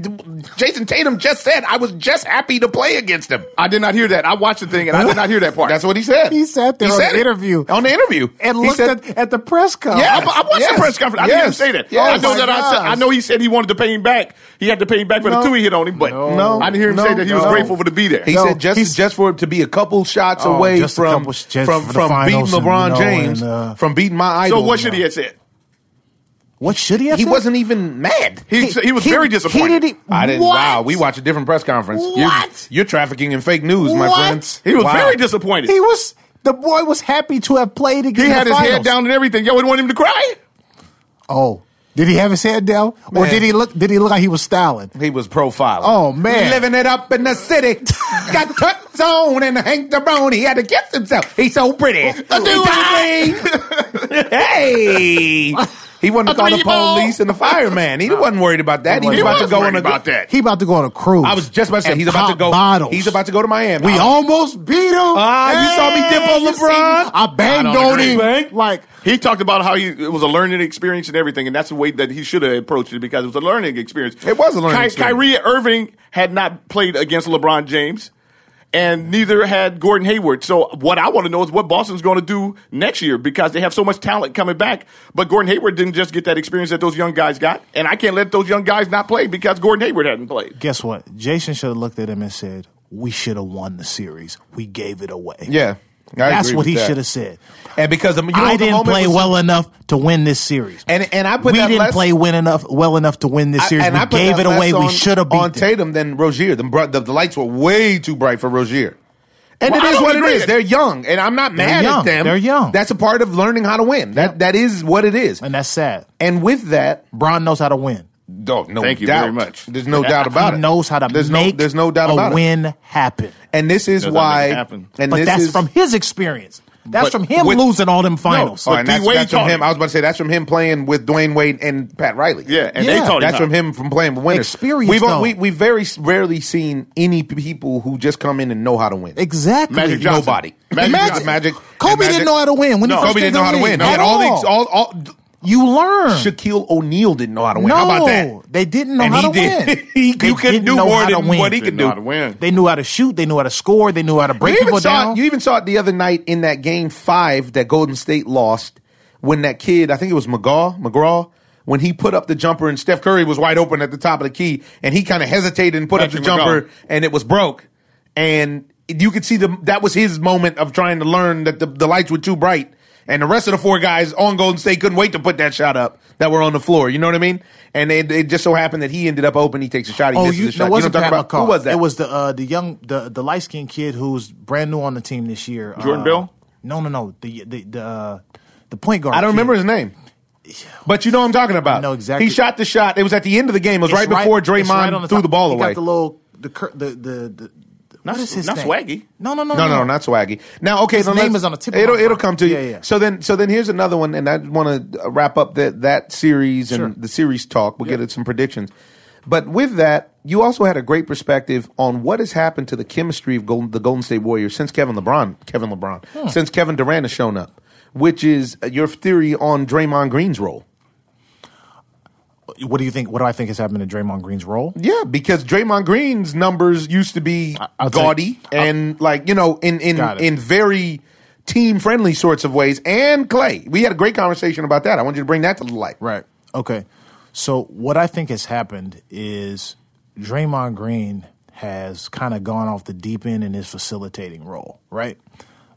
Jason Tatum just said I was just happy to play against him. I did not hear that. I watched the thing and I did not hear that part. That's what he said. He sat there on the it. interview. on the interview and He looked said- at, at the press conference. Yeah. I, I watched Yes. the press conference. I Yes. didn't even say that. Yes. I know Oh that my I said. gosh. I know he said he wanted to pay him back. He had to pay him back for No. the two he hit on him, but No. I didn't hear him No. say that he was No. grateful for to be there. He No, said just he's- just for it to be a couple shots Oh, away just a from couple sh- just from for the from beating finals and, LeBron you know, James and, uh, from beating my so idol. what should he have said? What should he have He said? wasn't even mad. He he was very disappointed. He didn't, I didn't. What? Wow, we watch a different press conference. You're- What? You're, trafficking in fake news, my What? friend. He was Wow. very disappointed. He was. The boy was happy to have played against He had the his head finals. down and everything. Y'all would want him to cry. Oh, did he have his head down, or Man. did he look? Did he look like he was styling? He was profiling. Oh, man. living it up in the city. Got tux on and Hank Darone. He had to kiss himself. He's so pretty. He's so clean. hey, he wouldn't have A called the three ball. police and the fireman. He wasn't worried about that. He was He about to was go on worried a about that. He about to go on a cruise. I was just about to say and he's about to pop go. Bottles. He's about to go to Miami. We I- almost beat him. Ah, you saw me dip on you see me? LeBron? I banged I don't on agree. him. Bang. Like He talked about how he, it was a learning experience and everything, and that's the way that he should have approached it because it was a learning experience. It was a learning Ky- experience. Kyrie Irving had not played against LeBron James, and neither had Gordon Hayward. So what I want to know is what Boston's going to do next year because they have so much talent coming back. But Gordon Hayward didn't just get that experience that those young guys got, and I can't let those young guys not play because Gordon Hayward hadn't played. guess what? Jason should have looked at him and said, "We should have won the series. We gave it away." yeah, I that's agree what with he that. should have said. And because of, you know, I the didn't moment play was- well enough to win this series. And and I put we that didn't less- play win enough well enough to win this series. and we I put gave that it away. less we on- should have beat on them. Tatum than Rozier. The, br- the the lights were way too bright for Rozier. And Well, I it is don't what it agree. is. They're young, and I'm not They're mad at young. them. They're young. That's a part of learning how to win. That that is what it is. and that's sad. And with that, Braun knows how to win. oh, no Thank you doubt. very much. There's no doubt about he it. knows how to there's make no, there's no doubt a about it. win happen. And this is Doesn't why. make it happen. And but this that's is from his experience. That's But from him with- losing all them finals. Oh, but and that's, D-Wade that's from taught him. him. I was about to say that's from him playing with Dwayne Wade and Pat Riley. Yeah, and Yeah. they told him That's how. from him from playing with winners. Experience, We've though. we we very s- rarely seen any people who just come in and know how to win. exactly. Magic Johnson. Nobody. Magic Magic. Johnson. Magic. Kobe and Magic- didn't know how to win. When No. he first Kobe came didn't know how to the win. league. He had At all all. these. All all. you learn. Shaquille O'Neal didn't know how to win. no, How about that? they didn't know And how he to did. win. He- They you couldn't didn't do know more how to than win. what he Did could not do. win. They knew how to shoot. They knew how to score. They knew how to break You even people saw down. it, you even saw it the other night in that game five that Golden State lost when that kid, I think it was McGaw, McGraw, when he put up the jumper and Steph Curry was wide open at the top of the key and he kind of hesitated and put up Patrick the jumper McGaw. and it was broke. And you could see the that was his moment of trying to learn that the, the lights were too bright. And the rest of the four guys on Golden State couldn't wait to put that shot up that were on the floor. You know what I mean? And it, it just so happened that he ended up open. He takes a shot. He oh, misses you, the it shot. You know wasn't what I'm Pat talking about? McCall. Who was that? It was the uh, the young the the light skinned kid who's brand new on the team this year. Jordan Uh, Bell? No, no, no. The the the, uh, the point guard. I don't kid. remember his name. But you know what I'm talking about. I know exactly. He shot the shot. It was at the end of the game. It was It's right before Draymond it's right on threw top. the ball he away. Got the little the cur- the the. the Not- what is his not name? Swaggy. No, no, no, no, no, no, not swaggy. Now, okay, His then name let's- is on the tip of It'll my it'll tongue. come to you. Yeah, yeah. So then, so then here's another one, and I want to wrap up that that series and Sure. the series talk. We'll get at some predictions, but with that, you also had a great perspective on what has happened to the chemistry of Golden, the Golden State Warriors since Kevin LeBron, Kevin LeBron, Hmm. since Kevin Durant has shown up, which is your theory on Draymond Green's role. What do you think? What do I think has happened to Draymond Green's role? Yeah, because Draymond Green's numbers used to be I'll take- gaudy and like you know in in Got it. in very team friendly sorts of ways. And Clay, we had a great conversation about that. I want you to bring that to the light. Right. Okay. So what I think has happened is Draymond Green has kind of gone off the deep end in his facilitating role, right?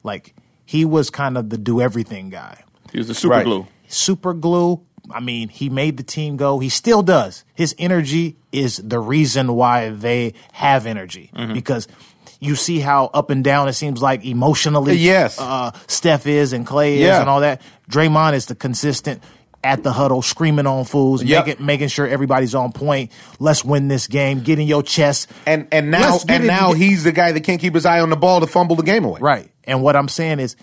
Like he was kind of the do everything guy. He was a super Right. glue. Super glue. I mean, he made the team go. He still does. His energy is the reason why they have energy Mm-hmm. because you see how up and down it seems like emotionally Yes. uh, Steph is and Clay is Yeah. and all that. Draymond is the consistent at the huddle, screaming on fools, Yep. making making sure everybody's on point. Let's win this game. Get in your chest. And and now Let's get and it now toge- he's the guy that can't keep his eye on the ball to fumble the game away. Right. And what I'm saying is,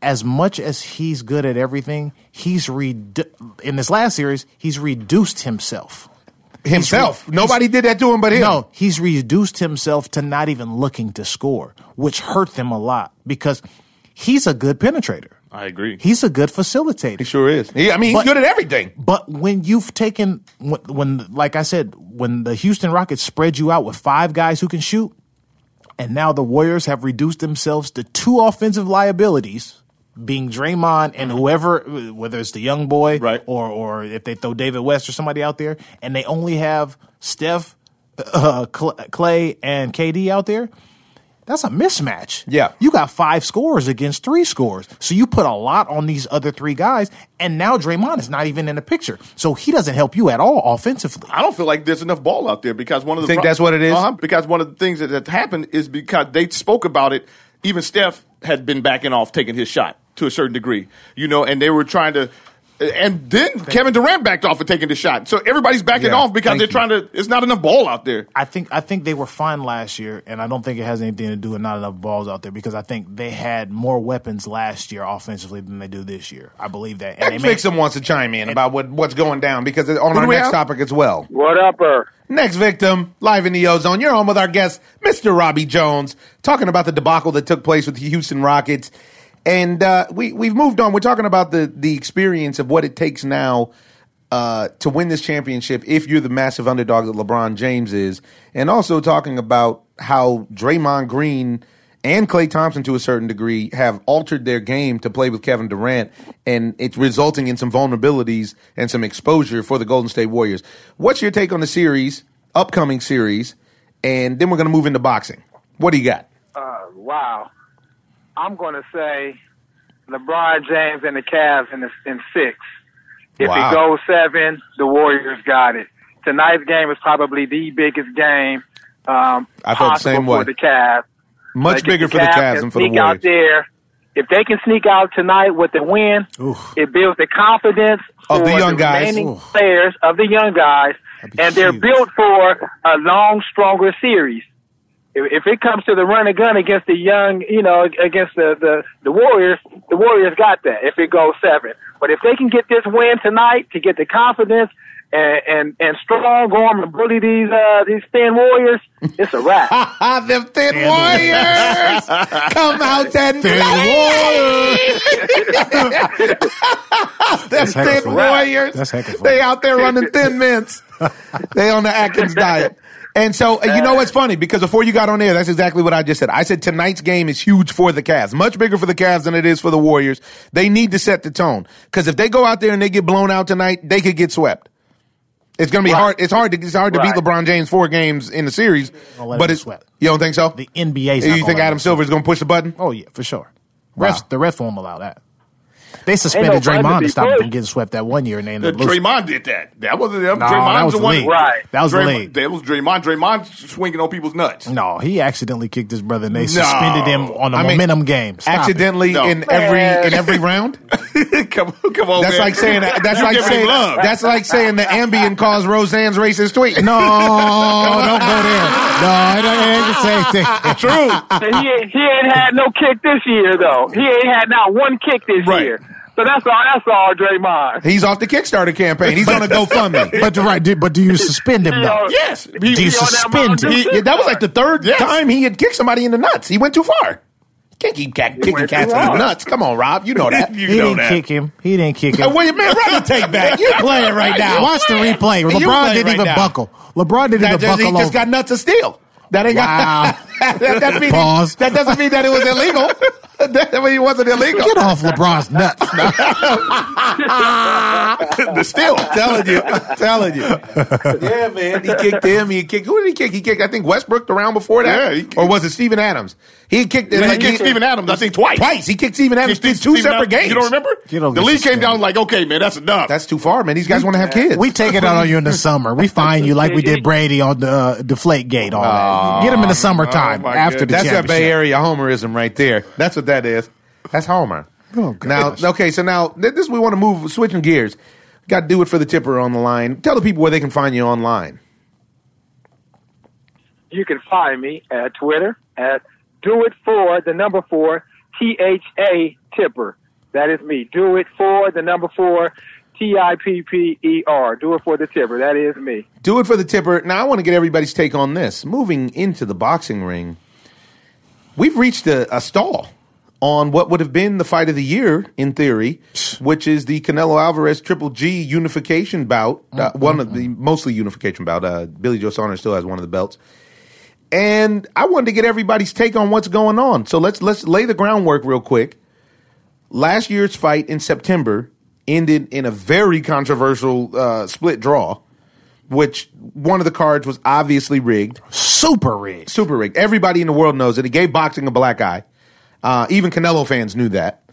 as much as he's good at everything, he's redu- in this last series, he's reduced himself. Himself. He's- Nobody did that to him but him. No, he's reduced himself to not even looking to score, which hurt them a lot because he's a good penetrator. I agree. He's a good facilitator. He sure is. He, I mean, he's But- good at everything. But when you've taken when, when like I said, when the Houston Rockets spread you out with five guys who can shoot, and now the Warriors have reduced themselves to two offensive liabilities, being Draymond and whoever, whether it's the young boy, Right. or or if they throw David West or somebody out there, and they only have Steph, uh, Cl- Clay, and KD out there. That's a mismatch. Yeah. You got five scores against three scores. So you put a lot on these other three guys, and now Draymond is not even in the picture. So he doesn't help you at all offensively. I don't feel like there's enough ball out there because one of the Think that's what it is? Uh-huh, because one of the things that, that happened is because they spoke about it. Even Steph had been backing off taking his shot to a certain degree, you know, and they were trying to. And then Kevin Durant backed off and taking the shot, so everybody's backing Yeah, off because thank they're you. trying to. It's not enough ball out there. I think I think they were fine last year, and I don't think it has anything to do with not enough balls out there because I think they had more weapons last year offensively than they do this year. I believe that. And they And made- Vixen wants to chime in about what, what's going down because on our do we next have? topic as well. What up, er? Next victim, live in the ozone. You're on with our guest, Mr. Robbie Jones, talking about the debacle that took place with the Houston Rockets. And uh, we, we've moved on. We're talking about the, the experience of what it takes now uh, to win this championship if you're the massive underdog that LeBron James is. And also talking about how Draymond Green and Klay Thompson, to a certain degree, have altered their game to play with Kevin Durant, and it's resulting in some vulnerabilities and some exposure for the Golden State Warriors. What's your take on the series, upcoming series, and then we're going to move into boxing? What do you got? Uh, wow. I'm going to say LeBron James and the Cavs in, the, in six. If Wow. it goes seven, the Warriors got it. Tonight's game is probably the biggest game um, I felt the possible same way. for the Cavs. Much Like, if bigger for the Cavs can than for the sneak Warriors. Out there, if they can sneak out tonight with the win, Oof. it builds the confidence Of for the young guys. remaining Oof. players of the young guys, That'd be and they're huge. built for a long, stronger series. If, if it comes to the run and gun against the young, you know, against the, the, the Warriors, the Warriors got that if it goes seven. But if they can get this win tonight to get the confidence and, and, and strong arm and bully these, uh, these thin Warriors, it's a wrap. Ah, the thin warriors come out and Thin play. That's heck of thin fun. warriors. That's heck of fun. They out there running thin mints. They on the Atkins diet. And so and you know what's funny because before you got on there, that's exactly what I just said. I said tonight's game is huge for the Cavs, much bigger for the Cavs than it is for the Warriors. They need to set the tone because if they go out there and they get blown out tonight, they could get swept. It's gonna be hard. It's hard to it's hard to beat Right. LeBron James four games in the series, Don't let but him it's sweat. you don't think so? The NBA's not you gonna think let Adam him Silver is gonna push the button? Oh yeah, for sure. Wow. Refs, the ref won't allow that. They suspended no Draymond budget to stop him from because- getting swept that one year, and they The ended up losing. Draymond did that. That wasn't them. No, that Draymond's was the the one. league. Right. That was the Draymond, league. that was Draymond. Draymond swinging on people's nuts. Mm. No, he accidentally kicked his brother, and they suspended him on a I mean, momentum game. Stop it. Accidentally No. in every in Man. every round. come, come on, That's man. like saying that's You like give him saying love. that's like saying the Ambien caused Roseanne's racist tweet. No, don't go there. No, it ain't the same thing. true. And he ain't, he ain't had no kick this year though. He ain't had not one kick this Right. year. So that's all. That's all, Draymond. He's off the Kickstarter campaign. He's on a GoFundMe. But right, do- but do you suspend him though? Yes. He- Do you he on that suspend mountain. him? He- yeah, that was like the third Yes. time he had kicked somebody in the nuts. He went too far. Can't keep cat, kicking went too cats in the far. nuts. Come on, Rob. You know that. You He know didn't that. kick him. He didn't kick Hey, him. wait, man, run the tape back. You're playing right now. Watch the replay. You LeBron play didn't right even now. buckle. LeBron didn't That even just, he buckle just over. got nuts of steel. That ain't Wow. got that, that mean Pause. That doesn't mean that it was illegal. that, that mean it wasn't illegal. Get off LeBron's nuts. But still, telling you, telling you. Yeah, man. He kicked him. He kicked. Who did he kick? He kicked. I think Westbrook the round before that. Yeah, he or was it Steven Adams? He kicked. And he like, kicked Steven Adams, I think, twice. Twice. He kicked Steven Adams in Kicked two Steven separate Adams. games. You don't remember? You don't the get league came suspended. down like, okay, man, that's enough. That's too far, man. These guys want to have kids. We take it out on you in the summer. We fine you like we did Brady on the uh, Deflate Gate. All that. Get him in the summertime my after the goodness. Oh, That's that championship. Bay Area homerism right there. That's what that is. That's Homer. Oh, now, gosh. okay, so now th- this we want to move switching gears. Got to do it for the tipper on the line. Tell the people where they can find you online. You can find me at Twitter at do it for the number four T H A Tipper. That is me. Do it for the number four T I P P E R. Do it for the Tipper. That is me. Do it for the tipper. Now I want to get everybody's take on this. Moving into the boxing ring, we've reached a, a stall on what would have been the fight of the year in theory, which is the Canelo Alvarez Triple G unification bout. Uh, one of the mostly unification bout. Uh, Billy Joe Saunders still has one of the belts. And I wanted to get everybody's take on what's going on. So let's let's lay the groundwork real quick. Last year's fight in September ended in a very controversial uh, split draw which one of the cards was obviously rigged, Super rigged. super rigged. Everybody in the world knows it. It gave boxing a black eye. Uh, even Canelo fans knew that.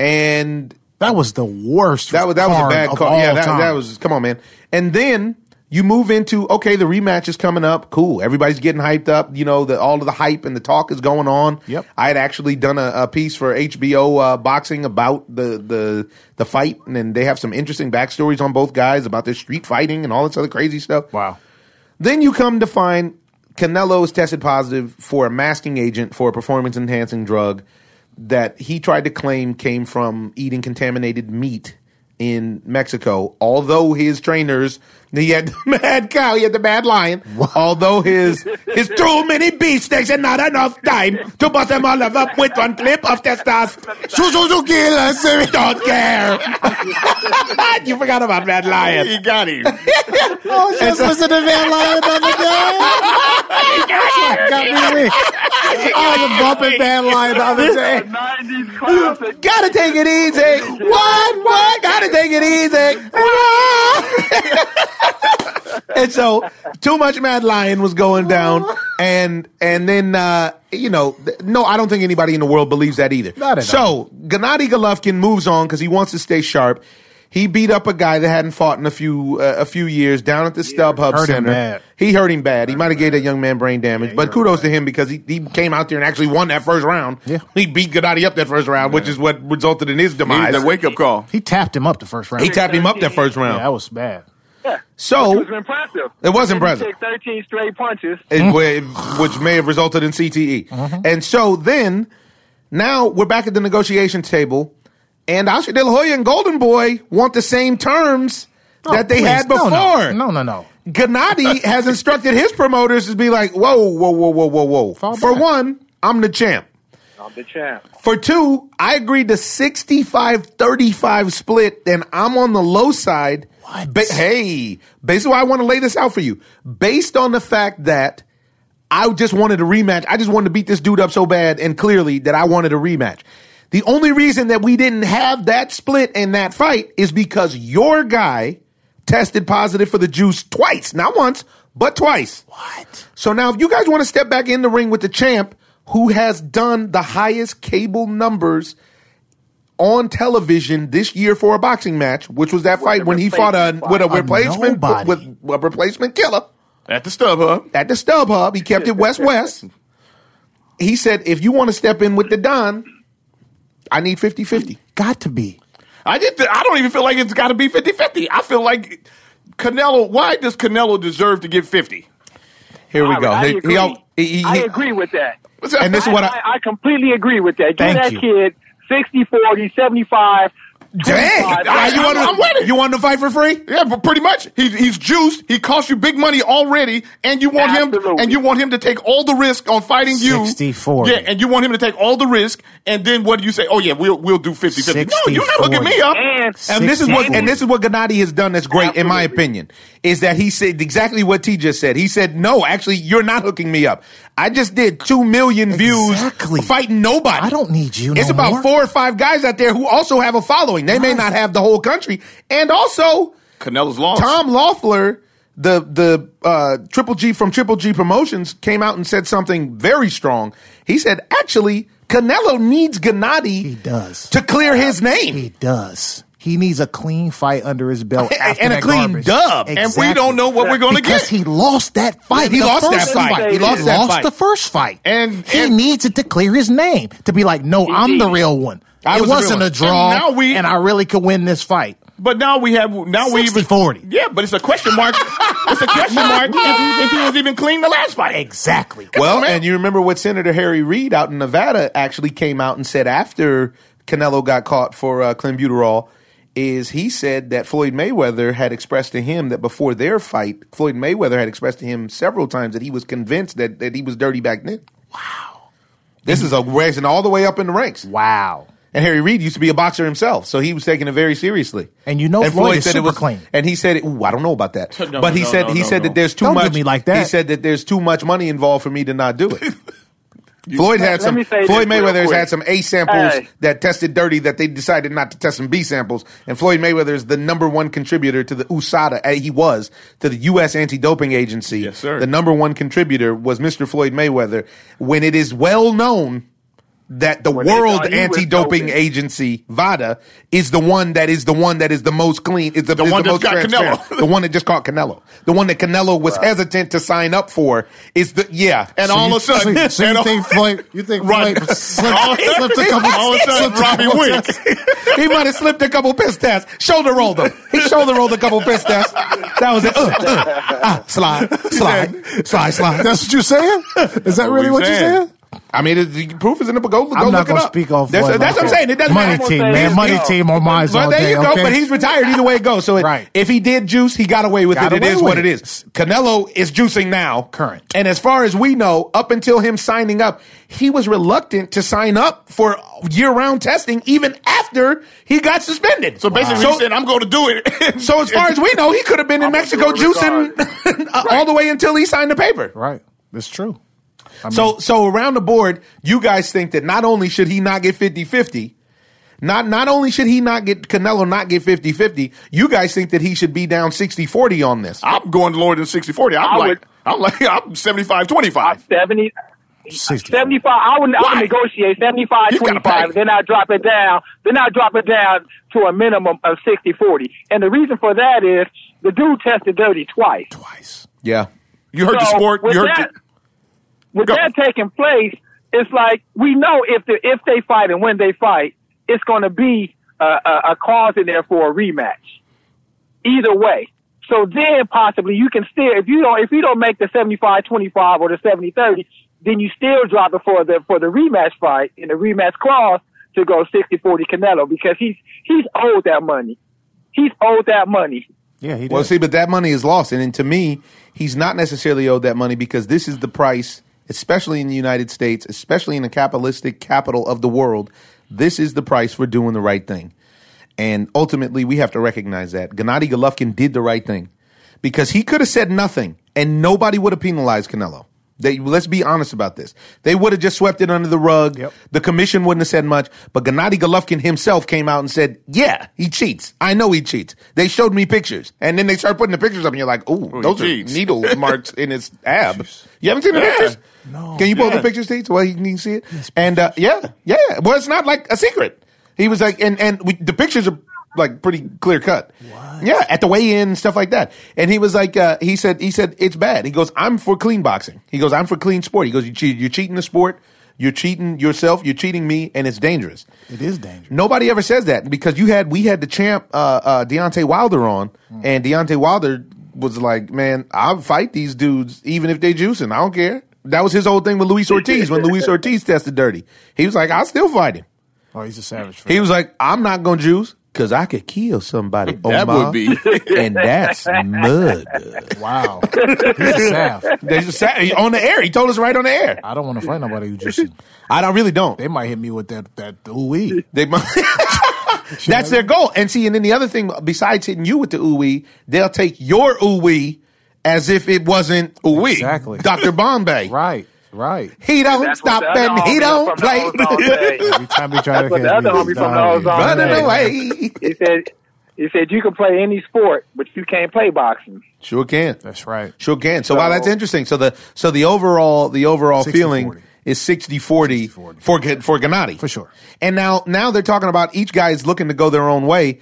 And That was the worst. that was that was a bad of call. all Yeah, that, time. that was come on, man. And then you move into okay, the rematch is coming up. Cool, everybody's getting hyped up. You know, the, all of the hype and the talk is going on. Yep. I had actually done a, a piece for HBO uh, boxing about the the the fight, and then they have some interesting backstories on both guys about their street fighting and all this other crazy stuff. Wow. Then you come to find Canelo is tested positive for a masking agent for a performance enhancing drug that he tried to claim came from eating contaminated meat in Mexico. Although his trainers, he had the mad cow, he had the mad lion. Although his his too many beefsteaks and not enough time to bust them all up with one clip of testosterone. Suzuki, I don't care. you forgot about mad lion. he got him. I Oh, was just listening to Van Lion the other day. Got me weak. I was bumping Van Lion the other day. Nineties classic. Gotta take it easy. What? What? Gotta take it easy. What? and so, too much Mad Lion was going down, and and then uh, you know, th- no, I don't think anybody in the world believes that either. Not at so Gennady Golovkin moves on because he wants to stay sharp. He beat up a guy that hadn't fought in a few uh, a few years down at the StubHub Hurt him Center. bad. He hurt him bad. He might have gave that young man brain damage, but kudos to him because he, he came out there and actually won that first round. Yeah. He beat Gennady up that first round, which is what resulted in his demise. That wake up call. He tapped him up the first round. He tapped him up that first round. Yeah, that was bad. So It was impressive. It was He impressive. took 13 straight punches. it- wh- which may have resulted in CTE. Mm-hmm. And so then, now we're back at the negotiation table, and Oscar De La Hoya and Golden Boy want the same terms that they Oh, Please, had no, before. No, no, no. no. Gennady has instructed his promoters to be like, whoa, whoa, whoa, whoa, whoa, whoa. Fall For back. one, I'm the champ. I'm the champ. For two, I agreed to 65 35 split, and I'm on the low side. What? Ba- hey, basically, I want to lay this out for you. Based on the fact that I just wanted a rematch, I just wanted to beat this dude up so bad, and clearly that I wanted a rematch. The only reason that we didn't have that split in that fight is because your guy tested positive for the juice twice, not once, but twice. What? So now, if you guys want to step back in the ring with the champ, who has done the highest cable numbers on television this year for a boxing match, which was that fight a when he fought a, replacement with a fight. A replacement nobody. with a replacement killer At the StubHub. at the StubHub. He kept it West West. He said, "If you want to step in with the Don, I need 50-50. Got to be. I just I don't even feel like it's got to be 50-50. I feel like Canelo. Why does Canelo deserve to get fifty? Here we I- go. I, He- he agree. al- he- he- I he- agree with that. And this is what I, I, I completely agree with that. Give Thank that you. kid 60, 40, 75. dang. 25. Why you I'm- want I'm with to it. you want to fight for free? Yeah, but pretty much he, he's juiced. He costs you big money already, and you want him Absolutely. and you want him to take all the risk on fighting you. 60-40. Yeah, and you want him to take all the risk, and then what do you say? Oh yeah, we'll we'll do 50-50. No, you're not hooking me up. And And this is what and this is what Gennady has done that's great, in my Absolutely. opinion, is that he said exactly what T just said. He said, "No, actually, you're not hooking me up. I just did two million Exactly. views fighting nobody. I don't need you It's no about more. four or five guys out there who also have a following. They may Right. not have the whole country, and also Canelo's lost. Tom Loeffler, the the uh, Triple G from Triple G Promotions, came out and said something very strong. He said, "Actually, Canelo needs Gennady. He does. to clear his name." He does. He needs a clean fight under his belt And- after and a that clean garbage. dub. And we and we don't know what we're going to because get. he lost that fight. He the lost that first fight. He lost that fight. the first fight, And- he and- needs it to clear his name to be like, no, I'm the real one. I was it the real wasn't one. a draw, And now we- and I really could win this fight. But now we have now we even 60-40. Yeah, but it's a question mark. it's a question mark if, if he was even clean the last fight. Exactly. Well, man. and you remember what Senator Harry Reid out in Nevada actually came out and said after Canelo got caught for uh, clenbuterol is he said that Floyd Mayweather had expressed to him that before their fight, Floyd Mayweather had expressed to him several times that he was convinced that, that he was dirty back then. Wow. This is a racing all the way up in the ranks. wow. And Harry Reid used to be a boxer himself, so he was taking it very seriously. And you know Floyd is said it super was clean. And he said, "Ooh, I don't know about that." No, but he no, said no, he no, said no. that there's too Don't do much me like that. He said that there's too much money involved for me to not do it. Floyd had Let some me say Floyd this real Mayweather has quick. had some A samples Hey. that tested dirty that they decided not to test some B samples. And Floyd Mayweather is the number one contributor to the USADA. eh, He was to the U.S. Anti-Doping Agency. Yes, sir. The number one contributor was Mr. Floyd Mayweather. When it is well known that the they World thought he was Anti-Doping doping. Agency VADA is the one that is the one that is the most clean. Is the, is one the that's most got transparent. Canelo. The one that just caught Canelo. The one that Canelo was hesitant to sign up for is the yeah. And all of a sudden, So, so and you all- think Floyd? You think Right. Floyd slipped, All- slipped a couple? all of a sudden, slipped a Robbie couple Wick. tests? he might have slipped a couple piss tests. Shoulder rolled them. He shoulder rolled a couple piss tests. That was it. Uh, uh, ah, slide, slide, slide, slide. That's what you're saying? Is that we really what saying. you're saying? I mean, it, the proof is in the go. go I'm look not it gonna up. speak off. That's, Floyd that's what I'm like saying. It that. doesn't money matter. team, He's- man. Money he's- team on mine. But all there day, you go. okay? But he's retired either way it goes. So it, Right. if he did juice, he got away with Got it. It away is with what it it. is. Canelo is juicing now. Current. And as far as we know, up until him signing up, he was reluctant to sign up for year round testing even after he got suspended. So basically, so, he said, "I'm going to do it." so as far as we know, he could have been in I'm gonna Mexico do it juicing all the way until he signed the paper. right. It's true. So so around the board, you guys think that not only should he not get 50-50, not not only should he not get Canelo not get 50-50, you guys think that he should be down 60-40 on this. I'm going lower than 60 40. I'm I like, would- I'm like, I'm 75 I, 25. 70, 60. 75. I would, I Why? would negotiate 75, You gotta 25. pay. Then I drop it down. Then I drop it down to a minimum of 60, 40. And the reason for that is the dude tested dirty twice. Twice. Yeah. You heard the So, sport. with You heard that, the. with Go. that taking place, it's like we know if the, if they fight and when they fight, it's going to be a, a, a cause in there for a rematch. Either way, So then possibly you can still if you don't if you don't make the 75-25 or the 70-30, then you still drop it for the for the rematch fight in the rematch clause to go 60-40 Canelo because he's he's owed that money. He's owed that money. Yeah, he did. Well, see, but that money is lost, and, then to me, he's not necessarily owed that money because this is the price, especially in the United States, especially in the capitalistic capital of the world. This is the price for doing the right thing, and ultimately, we have to recognize that Gennady Golovkin did the right thing because he could have said nothing, and nobody would have penalized Canelo. They, let's be honest about this. They would have just swept it under the rug. Yep. The commission wouldn't have said much, but Gennady Golovkin himself came out and said, "Yeah, he cheats. I know he cheats. They showed me pictures, and then they start putting the pictures up, and you're like, "Ooh, Oh, he those are cheats." needle marks in his ab." You haven't seen the Yeah. pictures? No. Can you pull up Yeah. the pictures, Teach? Well, you can see it. And uh, yeah, yeah. Well, it's not like a secret. He was like, and and we, the pictures are like pretty clear cut. What? Yeah, at the weigh in and stuff like that. And he was like, uh, he said, he said it's bad. He goes, I'm for clean boxing. He goes, I'm for clean sport. He goes, you cheat, you're cheating the sport. You're cheating yourself. You're cheating me, and it's dangerous. it is dangerous. Nobody ever says that because you had we had the champ uh, uh, Deontay Wilder on, and Deontay Wilder was like, "Man, I'll fight these dudes even if they juicing. I don't care." That was his whole thing with Luis Ortiz when Luis Ortiz tested dirty. He was like, "I'll still fight him." Oh, he's a savage. For He was like, "I'm not gonna juice because I could kill somebody." That Omar, would be- and that's murder. wow, he's a sav. They just sat he- on the air. He told us right on the air. I don't want to fight nobody who just. I don't really don't. They might hit me with that that ooh wee. They mu- That's their goal. And see, and then the other thing, besides hitting you with the ooey, they'll take your ooey as if it wasn't ooey. Exactly. Dr. Bombay. Right, right. He don't That's stop what the other and he homie don't from the play. Ozone said. Every time they try to That's what catch the me, other homie it's from not the me. Ozone Running Hey. away. He said he said you can play any sport, but you can't play boxing. Sure can. That's right. Sure can. So, wow, that's So- interesting. So the so the overall the overall 60-40. feeling is 60-40, 60-40. for Ga- for Gennady. For sure. And now now they're talking about each guy is looking to go their own way.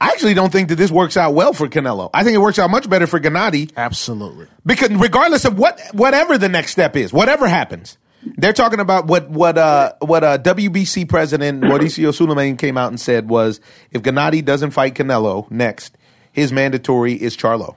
I actually don't think that this works out well for Canelo. I think it works out much better for Gennady Absolutely. because regardless of what whatever the next step is, whatever happens, they're talking about what what uh what uh WBC president Mauricio Suleiman came out and said was if Gennady doesn't fight Canelo next, his mandatory is Charlo,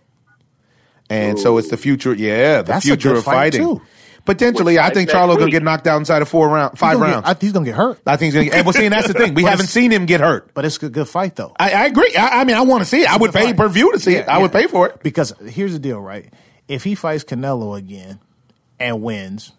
and so it's the future. Yeah, the That's a future good of fight, fighting. too. Potentially, Which I fight think next Charlo gonna week? get knocked out inside of four round, He's five gonna get- rounds. I- he's gonna get hurt, I think he's gonna. Get, well, see, and that's the thing. We But haven't it's- seen him get hurt. but it's a good fight though. I, I agree. I, I mean, I want to see it. I would good pay fight. per view to see it. Yeah, I would yeah. pay for it. Because here's the deal, right? If he fights Canelo again and wins,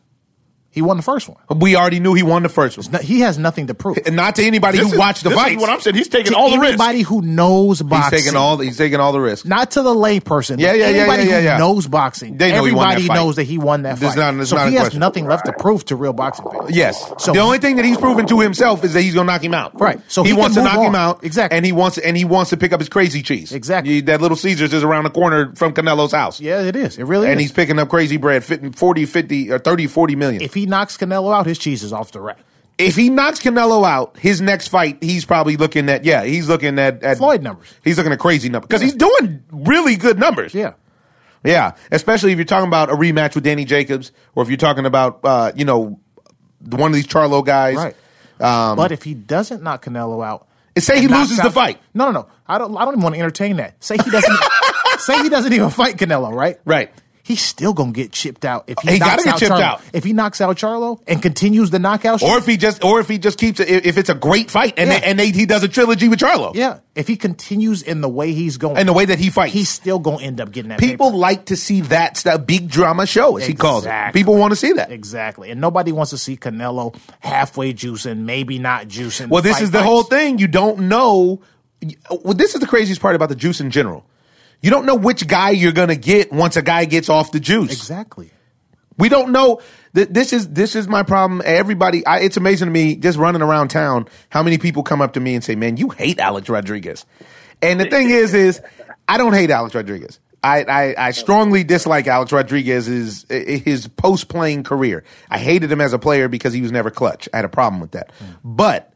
he won the first one. We already knew he won the first one, No, he has nothing to prove. and not to anybody This who is- watched the this fight. Is what I'm saying. He's taking to all the risk. anybody who knows He's boxing, taking all. He's taking all the risk. not to the layperson. Yeah, but yeah, yeah, Anybody yeah, yeah, who yeah. knows boxing, They know he won that everybody fight. knows that he won that There's fight. not- there's so not a he has question. nothing left to prove to real boxing fans. Yes. So- the only thing that he's proven to himself is that he's gonna knock him out. Right. So he, he wants to can knock move him on. out. Exactly. And he wants and he wants to pick up his crazy cheese. Exactly. He- that little Caesars is around the corner from Canelo's house. Yeah, it is. It really And is. he's picking up crazy bread, fitting 40, 50, or 30, 40 million. if he knocks Canelo out, his cheese is off the rack. if he knocks Canelo out, his next fight, he's probably looking at yeah, he's looking at, at Floyd numbers. He's looking at crazy numbers because Yeah. he's doing really good numbers. Yeah. yeah. Especially if you're talking about a rematch with Danny Jacobs, or if you're talking about uh, you know one of these Charlo guys. Right. Um, but if he doesn't knock Canelo out, Say he and knocks loses the out- fight. No, no, no. I don't. I don't even want to entertain that. Say he doesn't. say he doesn't even fight Canelo. Right. Right. He's still gonna get chipped out if he, He gotta knocks get out chipped Charlo. out. If he knocks out Charlo and continues the knockout, Or streak- if he just, or if he just keeps it, if it's a great fight and Yeah. they, and they, he does a trilogy with Charlo, yeah, if he continues in the way he's going and the way that he fights, he's still gonna end up getting that. people paper. like to see that stuff, big drama show, as he calls it. Exactly. People want to see that. exactly, and nobody wants to see Canelo halfway juicing, maybe not juicing. Well, this fight is the whole fights. thing. You don't know. Well, this is the craziest part about the juice in general. You don't know which guy you're gonna get once a guy gets off the juice. Exactly. We don't know. Th- This is this is my problem. Everybody, I, it's amazing to me just running around town how many people come up to me and say, "Man, you hate Alex Rodriguez." And the thing is, is I don't hate Alex Rodriguez. I, I, I strongly dislike Alex Rodriguez's i- i- his post playing career. I hated him as a player because he was never clutch. I had a problem with that. But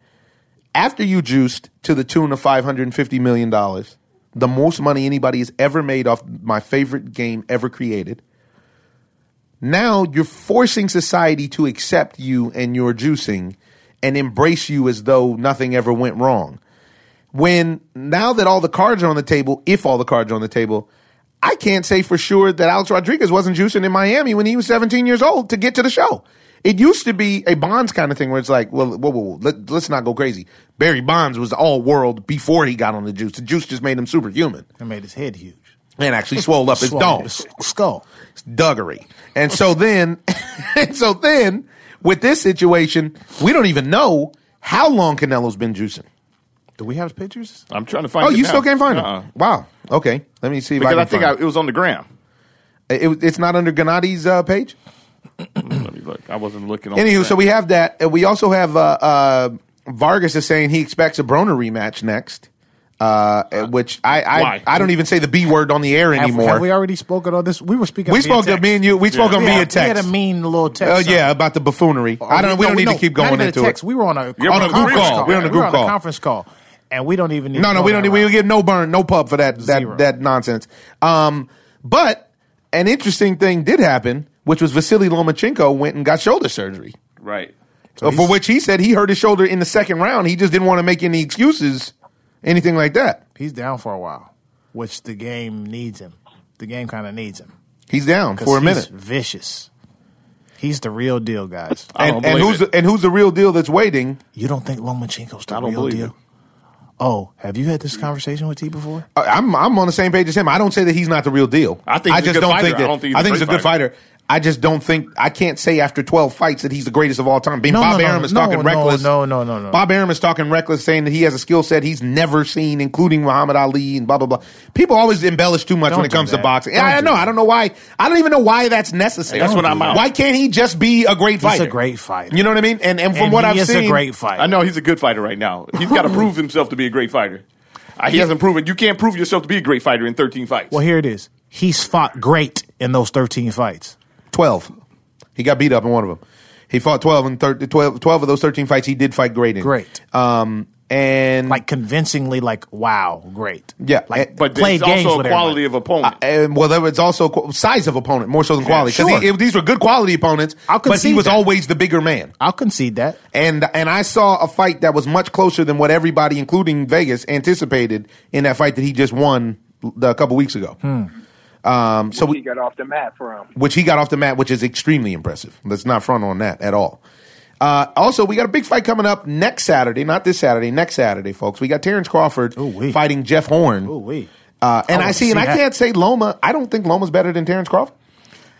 after you juiced to the tune of five hundred and fifty million dollars, the most money anybody has ever made off my favorite game ever created. Now you're forcing society to accept you and your juicing and embrace you as though nothing ever went wrong. When now that all the cards are on the table, if all the cards are on the table, I can't say for sure that Alex Rodriguez wasn't juicing in Miami when he was 17 years old to get to the show. It used to be a Bonds kind of thing where it's like, well, whoa, whoa, whoa let, us not go crazy. Barry Bonds was all world before he got on the juice. The juice just made him superhuman It made his head huge. and actually swelled up his Swallowed dome. his skull. Duggery. And so then, and so then, with this situation, we don't even know how long Canelo's been juicing. Do we have pictures? I'm trying to find. Oh, it you now. still can't find him. Uh-uh. Wow. Okay. Let me see if Because I, I can think I, find it was on the gram. him. It- it's not under Gennadi's uh, page. Let me look. I wasn't looking. on the Anywho, gram. so we have that. Uh, We also have uh, uh, Vargas is saying he expects a Broner rematch next, uh, which I I, Why? I don't even say the B word on the air Have, anymore. have we already spoken on this? We were speaking. we via spoke to text. me and you. We spoke on Yeah, via We had text. a mean little text. Oh, Oh on- yeah, about the buffoonery. I don't. We no, don't need no, to keep not going even a into text. it. We were on a You're on a group conference call. We're on a We were group call. conference call, and we don't even. Need No, to no, go we down don't. that We route. get no burn, no pub for that that Zero. that nonsense. Um, but an interesting thing did happen, which was Vasily Lomachenko went and got shoulder surgery, right. uh, for which he said he hurt his shoulder in the second round. He just didn't want to make any excuses, anything like that. He's down for a while, which the game needs him. The game kind of needs him He's down 'Cause for a he's minute. Vicious. He's the real deal, guys. I don't And, and believe who's it. the, and who's the real deal that's waiting? You don't think Lomachenko's the I don't real believe deal? it. Uh, Oh, have you had this conversation with T before? I- I'm I'm on the same page as him. I don't say that he's not the real deal. I think he's a just good don't fighter. think I that. don't think he's I a think he's a great good fighter. I just don't think I can't say after 12 fights that he's the greatest of all time. Being No, Bob no, no, Arum is no, talking no, reckless. no, no, no, no. Bob Arum is talking reckless, saying that he has a skill set he's never seen, including Muhammad Ali and blah blah blah. People always embellish too much Don't when it do comes to that. boxing. Don't I do know. I that. don't know why. I don't even know why that's necessary. That's Don't what do I'm that. out. Why can't he just be a great fighter? He's a great fighter. You know what I mean? And and from And what he I've is seen, a great fighter. I know he's a good fighter right now. He's got to prove himself to be a great fighter. Uh, He hasn't proven. You can't prove yourself to be a great fighter in 13 fights. Well, here it is. He's fought great in those thirteen fights. 12. He got beat up in one of them. He fought 12 and thir- 12, 12 of those 13 fights he did fight great in. Great. Um, and like convincingly, like wow, great. Yeah, like eh, but play there's games also with a quality everybody. of opponent. and well, there was also qu- size of opponent more so than quality because sure. these were good quality opponents. I'll but he concede was that. always the bigger man. I'll concede that. And and I saw a fight that was much closer than what everybody, including Vegas, anticipated in that fight that he just won the, a couple weeks ago. Hmm. Um, so He we, got off the mat for him. which he got off the mat, which is extremely impressive. Let's not front on that at all. Uh, also, we got a big fight coming up next Saturday, not this Saturday, next Saturday, folks. We got Terrence Crawford Ooh-wee. fighting Jeff Horn. Ooh wee. Uh, and I I, wanna see, Oh, see and I that. can't say Loma. I don't think Loma's better than Terrence Crawford.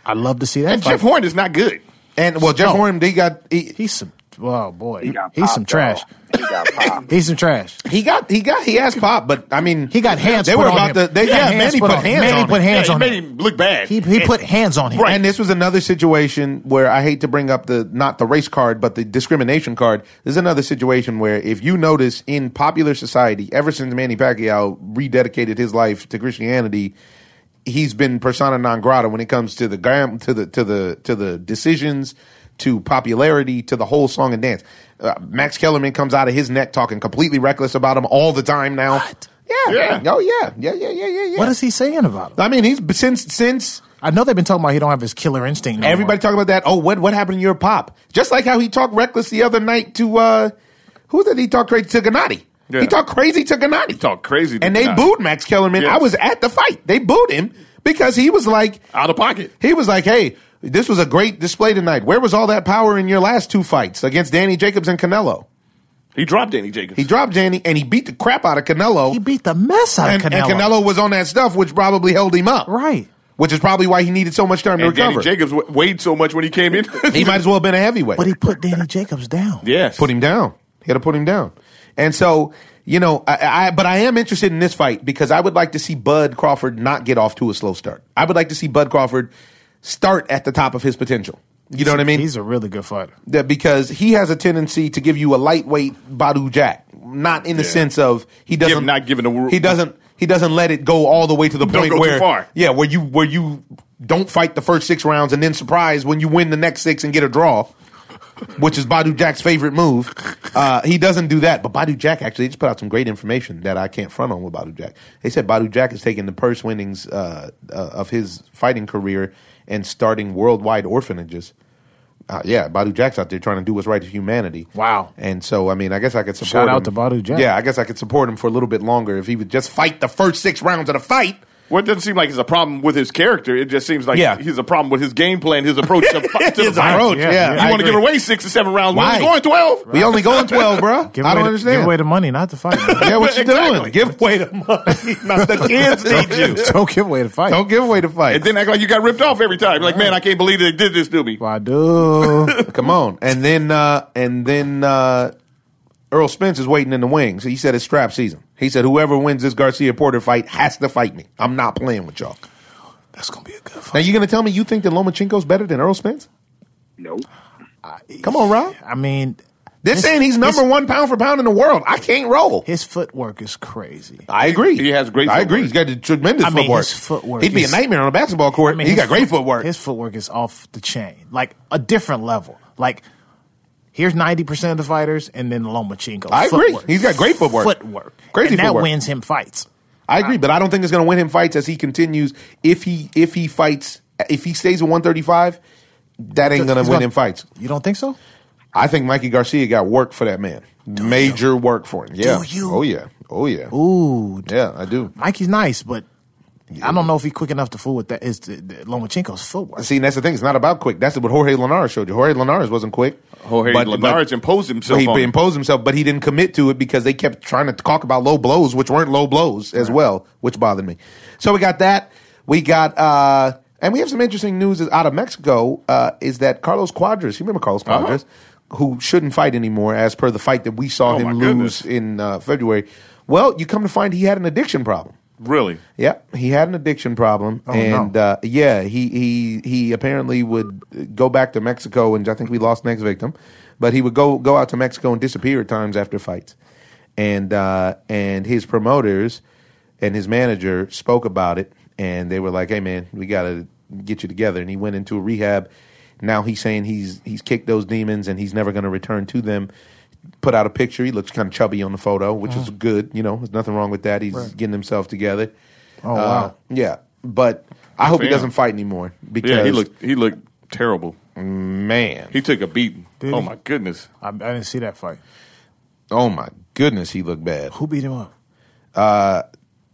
I'd love to see that. and fight. Jeff Horn is not good. And well, Jeff No. Horn, he got he, He's some. Oh boy, He got he's popped, some though. trash. He got popped. He's some trash. he got he got he has pop, but I mean He got hands. They put were on about him. to. They, He got yeah, Manny put put on him. hands Manny on put him. Yeah, hands he on made him. him look bad. He, he And- put hands on him. And this was another situation where I hate to bring up the not the race card, but the discrimination card. This is another situation where if you notice in popular society, ever since Manny Pacquiao rededicated his life to Christianity, he's been persona non grata when it comes to the gram to the to the to the decisions, to popularity, to the whole song and dance. Uh, Max Kellerman comes out of his neck talking completely reckless about him all the time now. What? Yeah. Yeah. Oh yeah. Yeah, yeah, yeah, yeah, yeah. What is he saying about him? I mean, he's since since I know they've been talking about he don't have his killer instinct. no more. Everybody talking about that. Oh, what what happened to your pop? Just like how he talked reckless the other night to uh who did he talk crazy to Gennady? Yeah. He talked crazy to Gennady. He talked crazy to and they Gennady. booed Max Kellerman. Yes. I was at the fight. They booed him because he was like out of pocket. he was like, "Hey, this was a great display tonight. Where was all that power in your last two fights against Danny Jacobs and Canelo? He dropped Danny Jacobs. He dropped Danny and he beat the crap out of Canelo. He beat the mess out and, of and Canelo was on that stuff, which probably held him up, Right. Which is probably why he needed so much time to and Danny recover. Jacobs w- weighed so much when he came in. he might as well have been a heavyweight. But he put Danny Jacobs down. yes. put him down. He had to put him down. And so, you know, I, I but I am interested in this fight because I would like to see Bud Crawford not get off to a slow start. I would like to see Bud Crawford start at the top of his potential. You know what I mean? He's a really good fighter. that because he has a tendency to give you a lightweight Badu Jack, not in the Yeah. sense of he doesn't not giving a wor- he doesn't he doesn't let it go all the way to the Don't point go too where far. yeah where you where you don't fight the first six rounds and then surprise when you win the next six and get a draw, which is Badu Jack's favorite move. Uh, he doesn't do that, but Badu Jack actually just put out some great information that I can't front on with Badu Jack. They said Badu Jack is taking the purse winnings uh, uh, of his fighting career and starting worldwide orphanages uh, yeah, Badu Jack's out there trying to do what's right to humanity. Wow. And so, I mean, I guess I could support Shout out him. to Badu Jack. Yeah, I guess I could support him for a little bit longer if he would just fight the first six rounds of the fight. Well, it doesn't seem like it's a problem with his character. It just seems like Yeah. he's a problem with his game plan, his approach to, to His the fight. approach, Yeah, yeah. yeah. You I want to agree. give away six or seven rounds? Why? We're going twelve. We only going twelve, bro. Give I away don't the- understand. Give away the money, not the fight. man. yeah, what you Exactly. doing? Give away the money. Not the kids need you. Don't give away the fight. Don't give away the fight. And then act like you got ripped off every time. Like, man, I can't believe they did this to me. I do. Come on. And then uh and then uh Earl Spence is waiting in the wings. He said it's strap season. He said whoever wins this Garcia Porter fight has to fight me. I'm not playing with y'all. That's gonna be a good Now fight. you gonna tell me you think that Lomachenko's better than Earl Spence? Nope. Come on, Rob. I mean, They're his- saying he's number his- one pound for pound in the world. I can't roll. His footwork is crazy. I agree. He has great I agree. footwork. He's got a tremendous I mean, footwork. his footwork He'd be a is- nightmare on a basketball court. I mean, he his got great foot- footwork. His footwork is off the chain, like a different level. Like here's ninety percent of the fighters, and then Lomachenko. I agree. Footwork. He's got great footwork. Footwork, Crazy and that footwork. wins him fights. I agree, but I don't think it's going to win him fights as he continues. If he if he fights if he stays at 135, that ain't going He's to win gonna- him fights. You don't think so? I think Mikey Garcia got work for that man. Major work for him. Yeah. you? Oh yeah. Oh yeah. Ooh, Yeah, I do. Mikey's nice, but I don't know if he's quick enough to fool with that. Is Lomachenko's footwork? See, and that's the thing. It's not about quick. That's what Jorge Linares showed you. Jorge Linares wasn't quick. Jorge Linares imposed himself He on him. imposed himself, but he didn't commit to it because they kept trying to talk about low blows, which weren't low blows as well, which bothered me. So we got that. We got, uh, and we have some interesting news out of Mexico. Uh, is that Carlos Quadras? You remember Carlos Uh-huh. Quadras, who shouldn't fight anymore, as per the fight that we saw Oh, my him goodness. lose in uh, February. Well, you come to find he had an addiction problem. Really? Yep, he had an addiction problem, Oh, and uh, yeah, he he he apparently would go back to Mexico, and I think we lost next victim, but he would go go out to Mexico and disappear at times after fights, and uh, and his promoters and his manager spoke about it, and they were like, "Hey, man, we got to get you together," and he went into a rehab. Now he's saying he's he's kicked those demons and he's never going to return to them. Put out a picture. He looks kind of chubby on the photo, which is good. You know, there's nothing wrong with that. He's getting himself together. Uh, Oh, wow. Yeah, but I hope he for him. doesn't fight anymore because Yeah, he looked he looked terrible. man. He took a beating. Did oh he? my goodness. I, I didn't see that fight. oh my goodness, he looked bad. Who beat him up?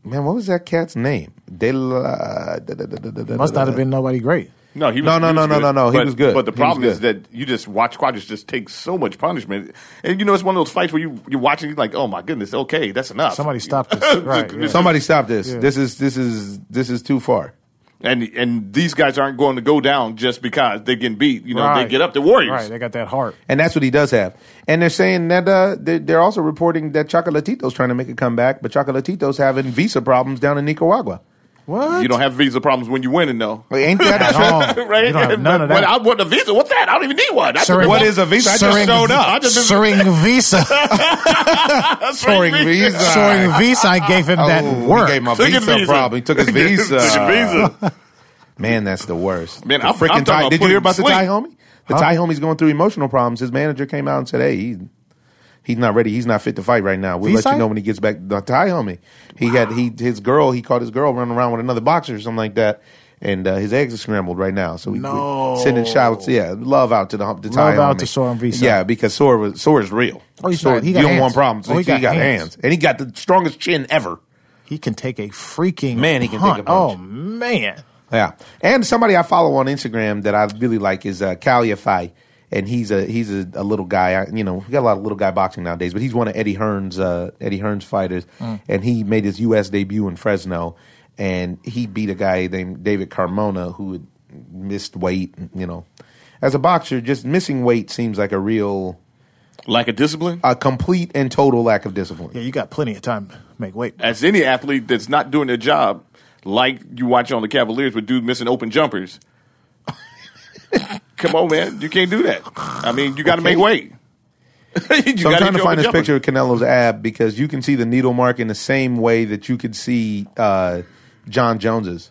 Man, what was that cat's name? De la, da, da, da, da, da, da, Must not have been nobody great. No, he was, No, no, he was no, no, good. no, no, he But- was good. But the He was problem is good. that you just watch Quadras just take so much punishment, and you know it's one of those fights where you you're watching, you're like, oh my goodness, okay, that's enough. Somebody stop this. Right, yeah. Somebody stop this. Yeah. This is this is this is too far. And and these guys aren't going to go down just because they get beat. You know, Right. they get up. They're warriors. Right, they got that heart. And that's what he does have. And they're saying that uh, they're, they're also reporting that Chocolatito's trying to make a comeback, but Chocolatito's having visa problems down in Nicaragua. What? You don't have visa problems when you winning though. Like, ain't that At the truth? all. Right? You don't have none of But that. I want a visa. What's that? I don't even need one. I just- Surrender- What is a visa? I just Surrender- showed up. I just- Surrender visa. That's Soaring right, visa. Soaring visa, I gave him that Oh, work. He gave him a Took his visa visa. problem. He took his Took his- visa. took his visa. Man, that's the worst. Man, The I'm- I'm freaking talking Thai. about Did you hear putting about the sleep. Thai homie? The Thai homie's going through emotional problems. His manager came out and said, "Hey, he, he's not ready. He's not fit to fight right now. We'll let Visai? you know when he gets back." The Thai homie. He had he his girl. He caught his girl running around with another boxer or something like that. And uh, his eggs are scrambled right now, so we No. we sending shouts, yeah, love out to the, hum- the Thai Love out homie. to Soren Visai. yeah, because Sora was Sora is real. Oh, he's Sora- not- he you got don't hands. want problems. Oh, he got hands. and he got the strongest chin ever. He can take a freaking Man, he can punt. take a punch. Oh man, Yeah, and somebody I follow on Instagram that I really like is uh, Caliafy, and he's a he's a, a little guy. I, you know, we got a lot of little guy boxing nowadays, but he's one of Eddie Hearn's uh, Eddie Hearn's fighters, and he made his U.S. debut in Fresno, and he beat a guy named David Carmona who had missed weight. You know, as a boxer, just missing weight seems like a real Lack of discipline. a complete and total lack of discipline. yeah, you got plenty of time to make weight. As any athlete that's not doing their job, like you watch on the Cavaliers with dude missing open jumpers. Come on, man. You can't do that. I mean, you got to make weight. you So I'm trying gotta hit to your find open this jumper. picture of Canelo's ab because you can see the needle mark in the same way that you could see uh, John Jones's.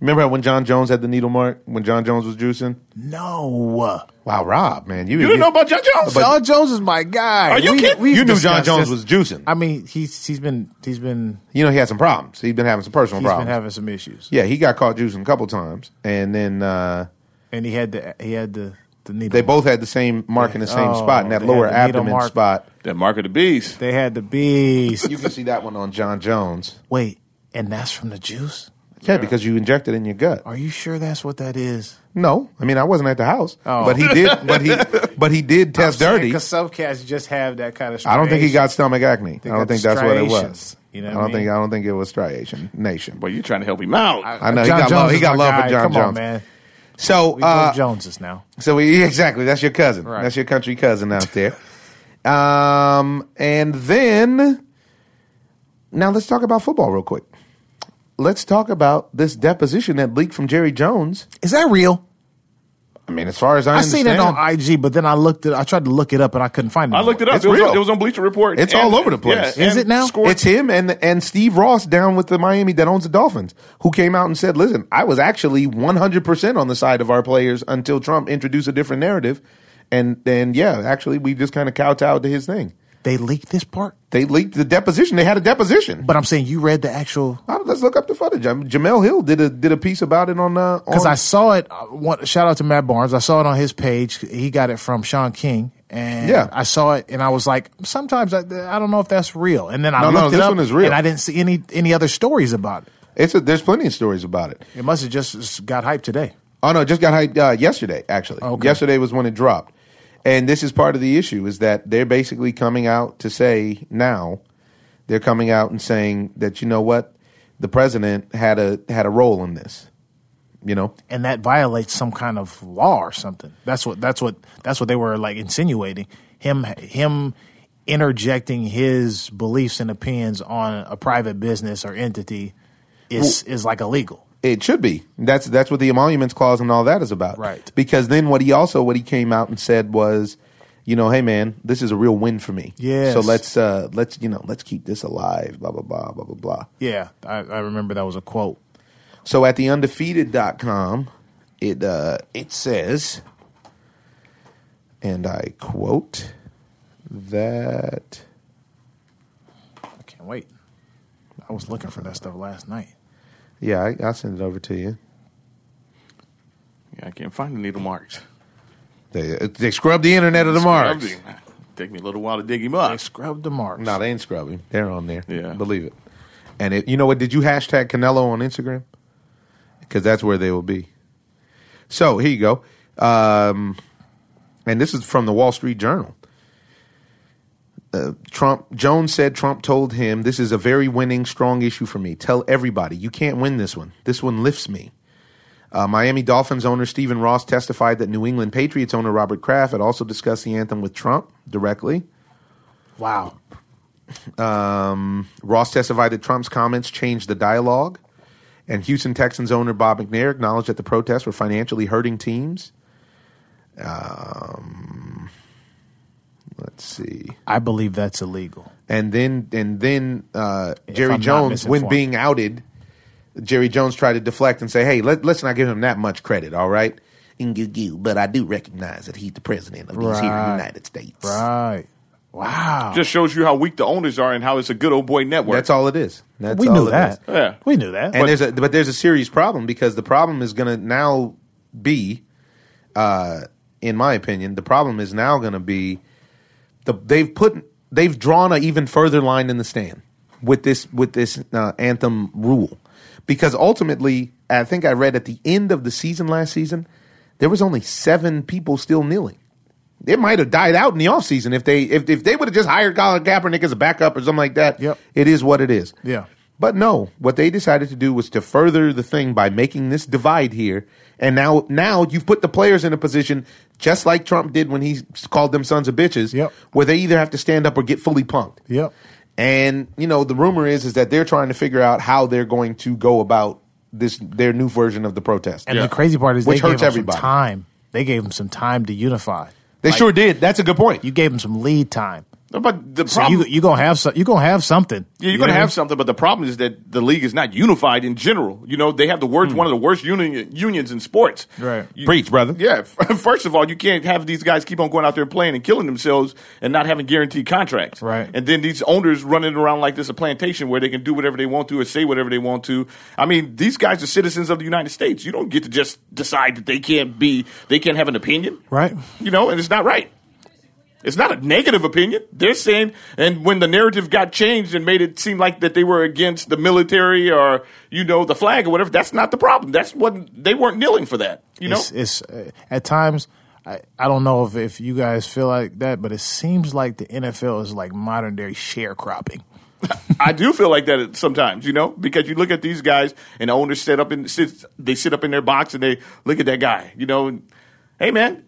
Remember when John Jones had the needle mark when John Jones was juicing? No, Wow, Rob, man, you, You didn't know about John Jones? John Jones is my guy. Are you kidding? you knew John discussed Jones this. was juicing. I mean, he's he's been he's been you know he had some problems. He'd been having some personal he's problems. been having some issues, yeah, he got caught juicing a couple times, and then uh, and he had the he had the the needle. they both had the same mark in the same Oh, spot in that they had lower the needle abdomen mark. spot. that mark of the beast. they had the bees. You can see that one on John Jones. Wait, and that's from the juice. Yeah, because you injected in your gut. Are you sure that's what that is? No, I mean I wasn't at the house, Oh. but he did. But he, but he did test dirty. Because some cats just have that kind of. I don't think he got stomach acne. I don't got think that's what it was. striations. You know I what don't I mean? think I don't think it was striation nation. Well, you're trying to help him out. I know he got love. He got love for John Come Jones. on, man. So We uh, both Joneses now. So we, exactly, that's your cousin. Right. That's your country cousin out there. um, and then now let's talk about football real quick. Let's talk about this deposition that leaked from Jerry Jones. Is that real? I mean, as far as I, I, seen understand, it on IG, but then I looked it. I tried to look it up, and I couldn't find it. I looked it up. It's it, was real. On, it was on Bleacher Report. It's all over the place. yeah, Is and it now? scored- it's him and and Steve Ross down with the Miami that owns the Dolphins, who came out and said, "Listen, I was actually 100 percent on the side of our players until Trump introduced a different narrative, and and yeah, actually, we just kind of kowtowed to his thing." They leaked this part, They leaked the deposition. They had a deposition. but I'm saying you read the actual Uh, let's look up the footage. Um, Jamel Hill did a did a piece about it on uh, because on- I saw it. I want- shout out to Matt Barnes. I saw it on his page. He got it from Sean King, and Yeah. I saw it, and I was like, sometimes I, I don't know if that's real. And then I No, no, looked it this up, one is real. and I didn't see any any other stories about it. it's a, there's plenty of stories about it. It must have just got hyped today. Oh no, it just got hyped uh, yesterday. Actually, Okay. yesterday was when it dropped, and this is part of the issue is that they're basically coming out to say now they're coming out and saying that you know what the president had a had a role in this. You know, and that violates some kind of law or something. That's what that's what that's what they were like insinuating him him interjecting his beliefs and opinions on a private business or entity is is like illegal. It should be. That's that's what the emoluments clause and all that is about. Right. Because then what he also what he came out and said was, you know, hey man, this is a real win for me. Yes. So let's uh let's you know, let's keep this alive, blah blah blah, blah blah blah. Yeah, I, I remember that was a quote. So at the undefeated.com, it uh it says and I quote that I can't wait. I was looking for that stuff last night. yeah, I, I'll send it over to you. Yeah, I can't find the needle marks. They, uh, they scrubbed the internet of the marks. Scrubbing. Take me a little while to dig him up. They scrubbed the marks. No, they ain't scrubbing. They're on there. Yeah. Believe it. And it, you know what? Did you hashtag Canelo on Instagram? Because that's where they will be. So here you go. Um, and this is from the Wall Street Journal. Uh, Trump Jones said Trump told him this is a very winning, strong issue for me. Tell everybody you can't win this one. This one lifts me. Uh, Miami Dolphins owner Stephen Ross testified that New England Patriots owner Robert Kraft had also discussed the anthem with Trump directly. Wow. Ross testified that Trump's comments changed the dialogue, and Houston Texans owner Bob McNair acknowledged that the protests were financially hurting teams. Um, let's see, I believe that's illegal. and then and then uh, I'm Jerry not Jones, when misinformed. being outed, Jerry Jones tried to deflect and say, "Hey, let, let's not give him that much credit, all right?" And you- you, But I do recognize that he's the president of these here Right. United States. Right. Wow. Just shows you how weak the owners are and how it's a good old boy network. That's all it is. That's we all knew it that. is. Yeah. We knew that. and there's a but there's a serious problem because the problem is going to now be, uh, in my opinion, the problem is now going to be the they've put they've drawn an even further line in the stand with this with this uh, anthem rule because ultimately I think I read at the end of the season last season there was only seven people still kneeling. It might have died out in the offseason if they if, if they would have just hired Colin Kaepernick as a backup or something like that. Yep. It is what it is. Yeah. But no, what they decided to do was to further the thing by making this divide here. And now now you've put the players in a position just like Trump did when he s- called them sons of bitches, Yep. where they either have to stand up or get fully punked. yep. And you know, the rumor is is that they're trying to figure out how they're going to go about this their new version of the protest. And the crazy part is Which they hurts gave him everybody. some time. They gave him some time to unify. they sure did. That's a good point. You gave him some lead time. but the So problem, you you gonna have some, you gonna have something. yeah, you're You know going to what I have mean? something. But the problem is that the league is not unified in general. You know, they have the worst, one of the worst union, unions in sports. Right. You- Preach, brother. Yeah. First of all, you can't have these guys keep on going out there playing and killing themselves and not having guaranteed contracts. Right. And then these owners running around like this a plantation where they can do whatever they want to or say whatever they want to. I mean, these guys are citizens of the United States. You don't get to just decide that they can't be, they can't have an opinion. Right. You know, and it's not right. It's not a negative opinion. They're saying, and when the narrative got changed and made it seem like that they were against the military or you know the flag or whatever, that's not the problem. That's what they weren't kneeling for that. You know, it's, it's uh, at times I, I don't know if, if you guys feel like that, but it seems like the NFL is like modern day sharecropping. I do feel like that sometimes, you know, because you look at these guys and the owners sit up in sits, they sit up in their box and they look at that guy, you know, and, hey man,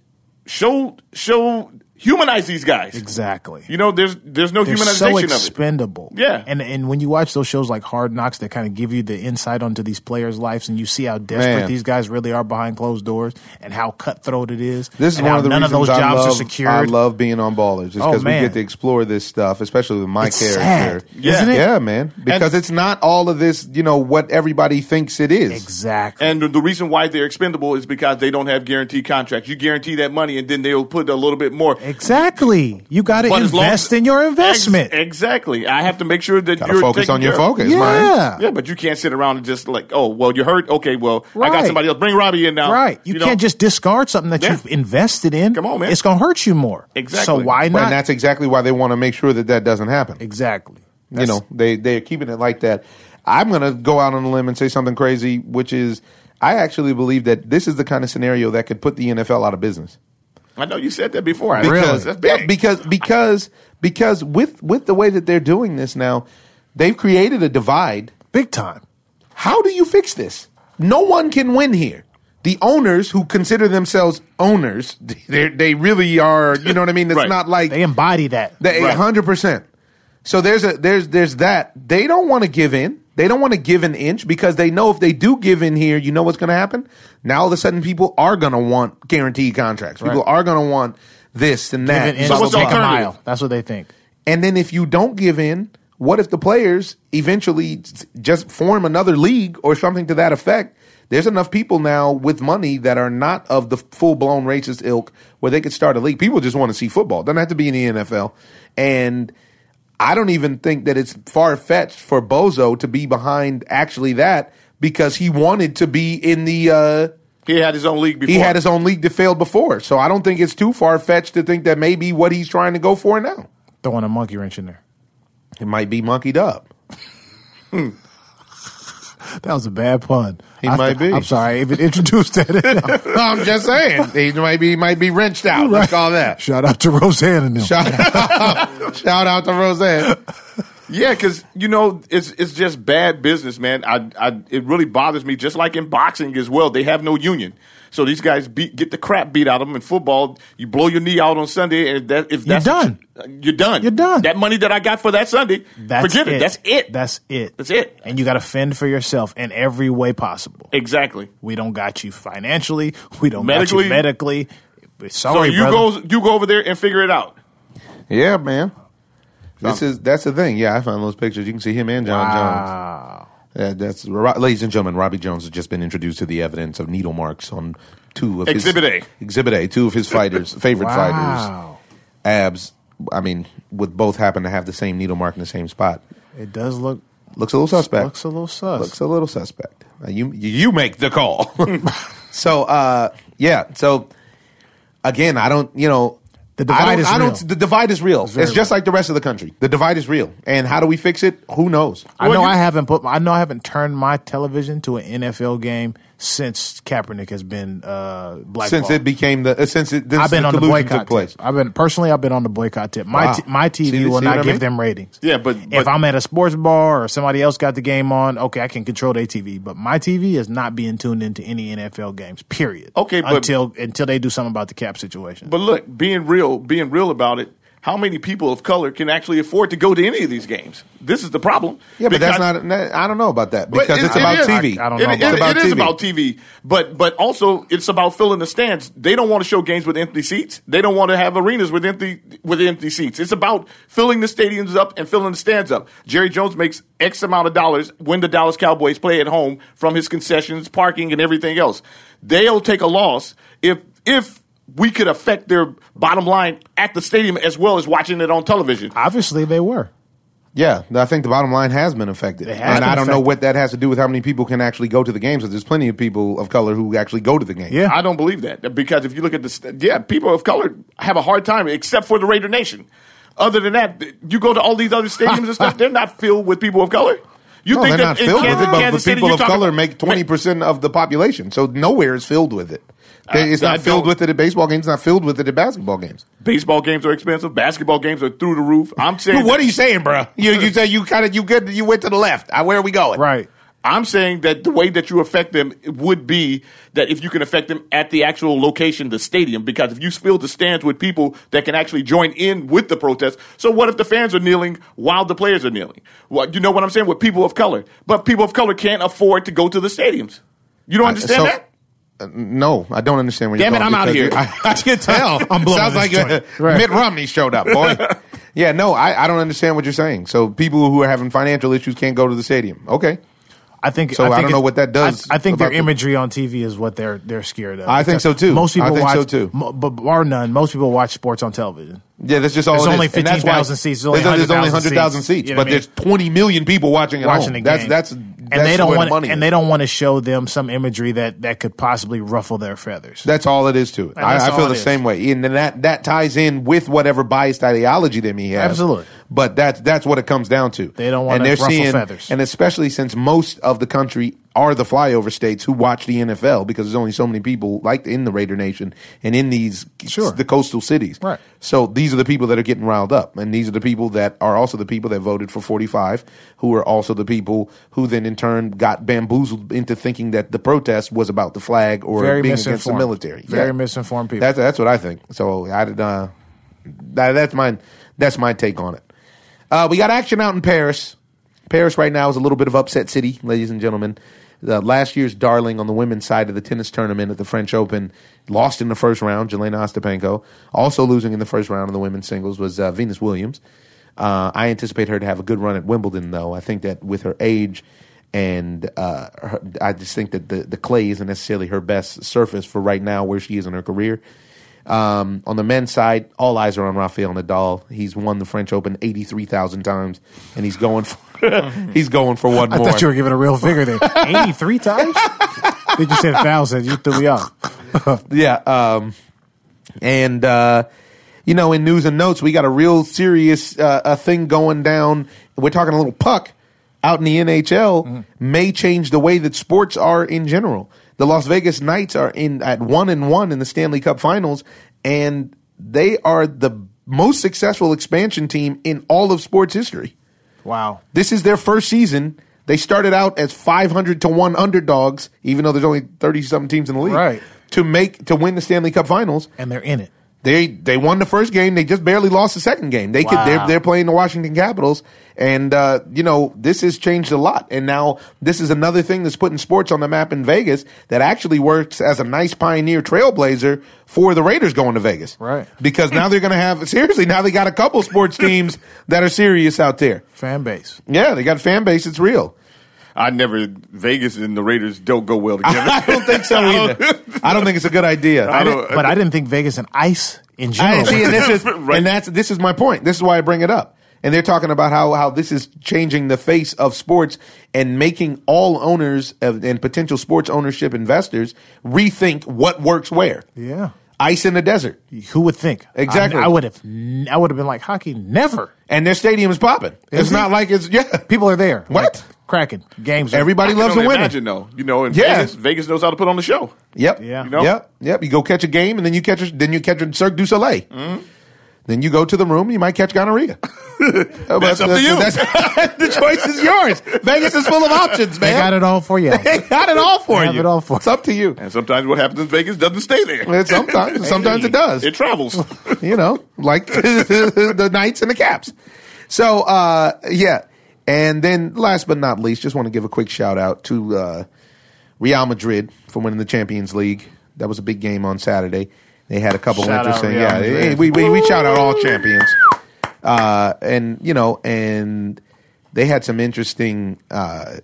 show show humanize these guys. Exactly. You know, there's there's no They're so humanization of it. expendable. Yeah. And and when you watch those shows like Hard Knocks that kind of give you the insight onto these players' lives and you see how desperate Man. these guys really are behind closed doors and how cutthroat it is. This is and one how of the none reasons of those I jobs love, are secured. I love being on Ballers, just Oh, because we man. get to explore this stuff, especially with my It's character. sad, isn't it? Yeah, man. Because it's not all of this, you know, what everybody thinks it is. exactly. And the- the reason why they're expendable is because they don't have guaranteed contracts. You guarantee that money, and then they'll put a little bit more. exactly. You got to But as long invest as- in your investment. Ex- exactly. I have to make sure that Gotta you're focus taken on your care of. focus, man. yeah. Yeah, but you can't sit around and just like, oh, well, you're hurt. Okay, well, I got Right. somebody else. Bring Robbie in now. Right. You, uh, know? can't just discard something that Yeah. you've invested in. Come on, man. It's going to hurt you more. Exactly. So why But- not? and that's exactly why they want to make sure that that doesn't happen. exactly. you know they they're keeping it like that i'm going to go out on a limb and say something crazy which is i actually believe that this is the kind of scenario that could put the nfl out of business I know you said that before. because Because that's big. Yeah, because because because with with the way that they're doing this now they've created a divide Big time. how do you fix this no one can win here the owners who consider themselves owners they they really are you know what i mean it's Right. not like They embody that. that Right. a hundred percent. So there's a there's there's that. They don't want to give in. They don't want to give an inch because they know if they do give in here, you know what's going to happen. Now all of a sudden, people are going to want guaranteed contracts. People Right. are going to want this and Give that. an inch, blah, what's blah, the take blah. a alternative? mile. That's what they think. And then if you don't give in, what if the players eventually s- just form another league or something to that effect? There's enough people now with money that are not of the full blown racist ilk where they could start a league. People just want to see football. Doesn't have to be in the NFL. And I don't even think that it's far fetched for Bozo to be behind actually that because he wanted to be in the uh, he had his own league before. he had his own league that failed before. So I don't think it's too far fetched to think that maybe what he's trying to go for now. Throwing a monkey wrench in there. It might be monkeyed up. That was a bad pun. He I- might be. I'm sorry. I even introduced that. No, I'm just saying he might be might be wrenched out. Let's call that. Shout out to Roseanne and them. Shout out, shout out to Roseanne. Yeah, because you know it's it's just bad business, man. I, I it really bothers me. Just like in boxing as well, they have no union, so these guys beat, get the crap beat out of them. In football, you blow your knee out on Sunday, and that if You're that's what done. you- uh, you're done. You're done. That money that I got for that Sunday, That's forget it. That's it. That's it. That's it. And you got to fend for yourself in every way possible. exactly. We don't got you financially. We don't got Medically. you medically. So Sorry, you brother. go you go over there and figure it out. Yeah, man. This is that's the thing. Yeah, I found those pictures. You can see him and John Jones. Wow. Yeah, that's Ro- ladies and gentlemen. Robbie Jones has just been introduced to the evidence of needle marks on two of Exhibit his, A. Exhibit A. Two of his fighters, favorite fighters, Wow. abs. I mean, would both happen to have the same needle mark in the same spot. It does look Looks a little suspect. looks a little sus. looks a little suspect. Uh, you you make the call. so uh, yeah. So again, I don't. You know, The divide I don't, is I don't- real. The divide is real. It's, very just like the rest of the country. The divide is real. And how do we fix it? Who knows? I Well, know you- I haven't put. I know I haven't turned my television to an NFL game since Kaepernick has been uh, black. since it became the uh, since it since I've been on the collusion boycott. took place. Tip. I've been personally. I've been on the boycott tip. My Wow. t- my TV See- will see not what I give mean? them ratings. Yeah, but, but if I'm at a sports bar or somebody else got the game on, okay, I can control their TV. But my TV is not being tuned into any NFL games. Period. Okay, but- until until they do something about the cap situation. But look, being real, being real about it, how many people of color can actually afford to go to any of these games? This is the problem. Yeah, but Because- that's not. I don't know about that But because it- it's it about is. TV. I- I don't It- know about that. it- It's about it is TV. about TV, but but also it's about filling the stands. They don't want to show games with empty seats. They don't want to have arenas with empty with empty seats. It's about filling the stadiums up and filling the stands up. Jerry Jones makes X amount of dollars when the Dallas Cowboys play at home from his concessions, parking, and everything else. They'll take a loss if if we could affect their bottom line at the stadium as well as watching it on television. Obviously, they were. Yeah, I think the bottom line has been affected, It has and been I don't know affected. what that has to do with how many people can actually go to the games. Because there's plenty of people of color who actually go to the game. Yeah. I don't believe that because if you look at the st- yeah, people of color have a hard time except for the Raider Nation. Other than that, th- you go to all these other stadiums and stuff; they're not filled with people of color. You no, they're not in filled Kansas- with it, but, Kansas but City, people you of talk color about- make twenty percent of the population, so nowhere is filled with it. They- it's I- I not filled don't- with it at baseball games. It's not filled with it at basketball games. Baseball games are expensive. Basketball games are through the roof. I'm saying, what are you saying, bro? You you say you kind of you good you went to the left. Uh, Where are we going? Right. I'm saying that the way that you affect them would be that if you can affect them at the actual location, the stadium, because if you fill the stands with people that can actually join in with the protest, so what if the fans are kneeling while the players are kneeling? What you know what I'm saying with people of color, but people of color can't afford to go to the stadiums. You don't understand so- that? No, I don't understand where Damn you're it, going. I'm outta because here. I, I can tell. I'm blowing Sounds this like joint. uh, Right. Mitt Romney showed up, boy. yeah, no, I, I don't understand what you're saying. So people who are having financial issues can't go to the stadium. Okay. I think So I think don't it- know what that does I, I think their about the- imagery on TV is what they're they're scared of. I think Because so, too. Most I people think watch, so, too. mo- but bar none, most people watch sports on television. Yeah, that's just all There's it is. only And that's why 15,000 seats. There's only there's only 100,000 seats. You know but what I there's 20 million people watching it watching home. the game. Oh, That's, that's, and that's they don't where the want money and is. they don't want to show them some imagery that that could possibly ruffle their feathers. That's all it is to it. And that's I, I all feel it the is. same way, and then that that ties in with whatever biased ideology they may have. Absolutely. but that's that's what it comes down to. They don't wanna And they're ruffle seeing- feathers. and especially since most of the country are the flyover states who watch the NFL because there's only so many people like in the Raider Nation and in these Sure. the coastal cities. Right. So these are the people that are getting riled up, and these are the people that are also the people that voted for 45, who are also the people who then in turn got bamboozled into thinking that the protest was about the flag or Very being against the misinformed. military. Very misinformed people. That's that's what I think. So I did. Uh, that, that's my that's my take on it. Uh, we got action out in Paris. Paris right now is a little bit of upset city, ladies and gentlemen. The last year's darling on the women's side of the tennis tournament at the French Open lost in the first round. Jelena Ostapenko also losing in the first round of the women's singles was uh, Venus Williams. Uh, I anticipate her to have a good run at Wimbledon, though. I think that with her age and uh, her, I just think that the, the clay isn't necessarily her best surface for right now where she is in her career. Um, on the men's side, all eyes are on Rafael Nadal. He's won the French Open eighty three thousand times, and he's going for he's going for one I more. thought you were giving a real figure there. Eighty three times? Did you say thousand? You threw me off. yeah. Um, and uh, you know, in news and notes, we got a real serious uh, a thing going down. We're talking a little puck out in the NHL Mm-hmm. may change the way that sports are in general. The Las Vegas Knights are in at one and one in the Stanley Cup Finals, and they are the most successful expansion team in all of sports history. Wow. This is their first season. They started out as 500 to 1 underdogs, even though there's only 30 something teams in the league. Right. To make to win the Stanley Cup Finals, And they're in it. they they won the first game. They just barely lost the second game. They could they're, Wow. they're playing the Washington Capitals, and uh, you know this has changed a lot. And now this is another thing that's putting sports on the map in Vegas that actually works as a nice pioneer trailblazer for the Raiders going to Vegas, Right. Because now they're going to have seriously now they got a couple sports teams that are serious out there. Fan base. Yeah, they got a fan base. It's real. I never Vegas and the Raiders don't go well I together. don't think so either. I don't think it's a good idea. I don't- But I didn't think Vegas and ice in I general. see, and this is Right. and that's this is my point. This is why I bring it up. And they're talking about how how this is changing the face of sports and making all owners of, and potential sports ownership investors rethink what works where. Yeah. Ice in the desert, Who would think? Exactly. I, I would have. n- I would have been like hockey. Never. and their stadium is popping. It's Is it? not like it's yeah. People are there. What? Like, cracking games. are- Everybody I can loves a only winner. Imagine though, you know, and Yeah. Vegas, Vegas knows how to put on the show. Yep. Yeah. You know? Yep. Yep. You go catch a game, and then you catch a, then you catch a Cirque du Soleil. Mm-hmm. Then you go to the room. You might catch gonorrhea. Oh, That's up to you. the choice is yours. Vegas is full of options, They man. got it all for you. They got it all for They you. have it all for it's up to you. And sometimes what happens in Vegas doesn't stay there. And sometimes, sometimes it does. It travels. you know, like the Knights and the Caps. So, uh, yeah. And then last but not least, just want to give a quick shout out to uh, Real Madrid for winning the Champions League. That was a big game on Saturday. They had a couple Shout out interesting. Real Yeah, Madrid. eh, we, we, we shout out all champions. Uh, and, you know, and they had some interesting uh,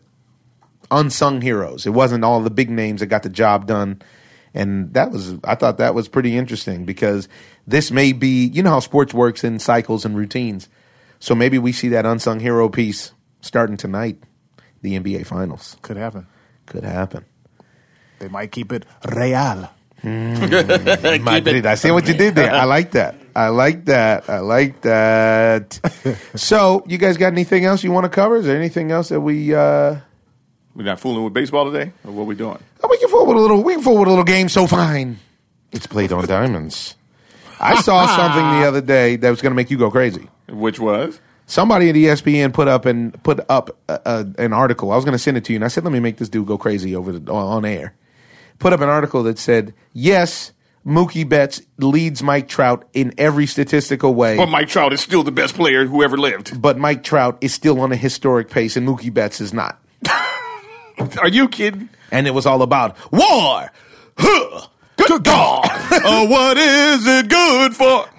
unsung heroes. It wasn't all the big names that got the job done. And that was, I thought that was pretty interesting because this may be, you know how sports works in cycles and routines. So maybe we see that unsung hero piece starting tonight, the NBA Finals. Could happen. Could happen. They might keep it real. Madrid. I see what you did there. I like that. I like that. I like that. so, you guys got anything else you want to cover? Is there anything else that we uh We're not fooling with baseball today, or what we doing? Oh, we can fool with a little. We can fool with a little game. So fine. It's played on diamonds. I saw something the other day that was going to make you go crazy. Which was Somebody at E ESPN put up and put up uh uh an article. I was going to send it to you, and I said, "Let me make this dude go crazy over the, on air." Put up an article that said, "Yes, Mookie Betts leads Mike Trout in every statistical way." But Mike Trout is still the best player who ever lived. but Mike Trout is still on a historic pace, and Mookie Betts is not. Are you kidding? and it was all about war. Huh, good God! Oh, what is it good for? Absolutely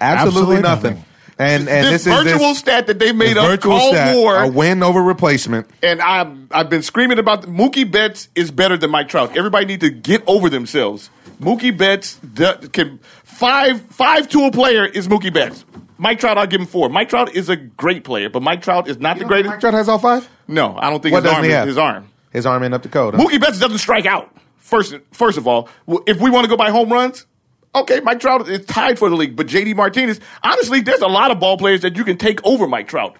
Absolutely nothing. nothing. And and this, this, is virtual this, stat that they made this up called stat, war, a win over replacement. and I'm I've been screaming about the, Mookie Betts is better than Mike Trout. Everybody need to get over themselves. Mookie Betts the, can five five to a player is Mookie Betts. Mike Trout, I'll give him four. Mike Trout is a great player, but Mike Trout is not the greatest. Mike Trout has all five. no, I don't think What his doesn't arm. he is- have? His arm. His arm ain't up to code. Huh? Mookie Betts doesn't strike out. First, first of all, w- if we want to go by home runs, okay, Mike Trout is tied for the league. But JD Martinez, honestly, there's a lot of ball players that you can take over Mike Trout.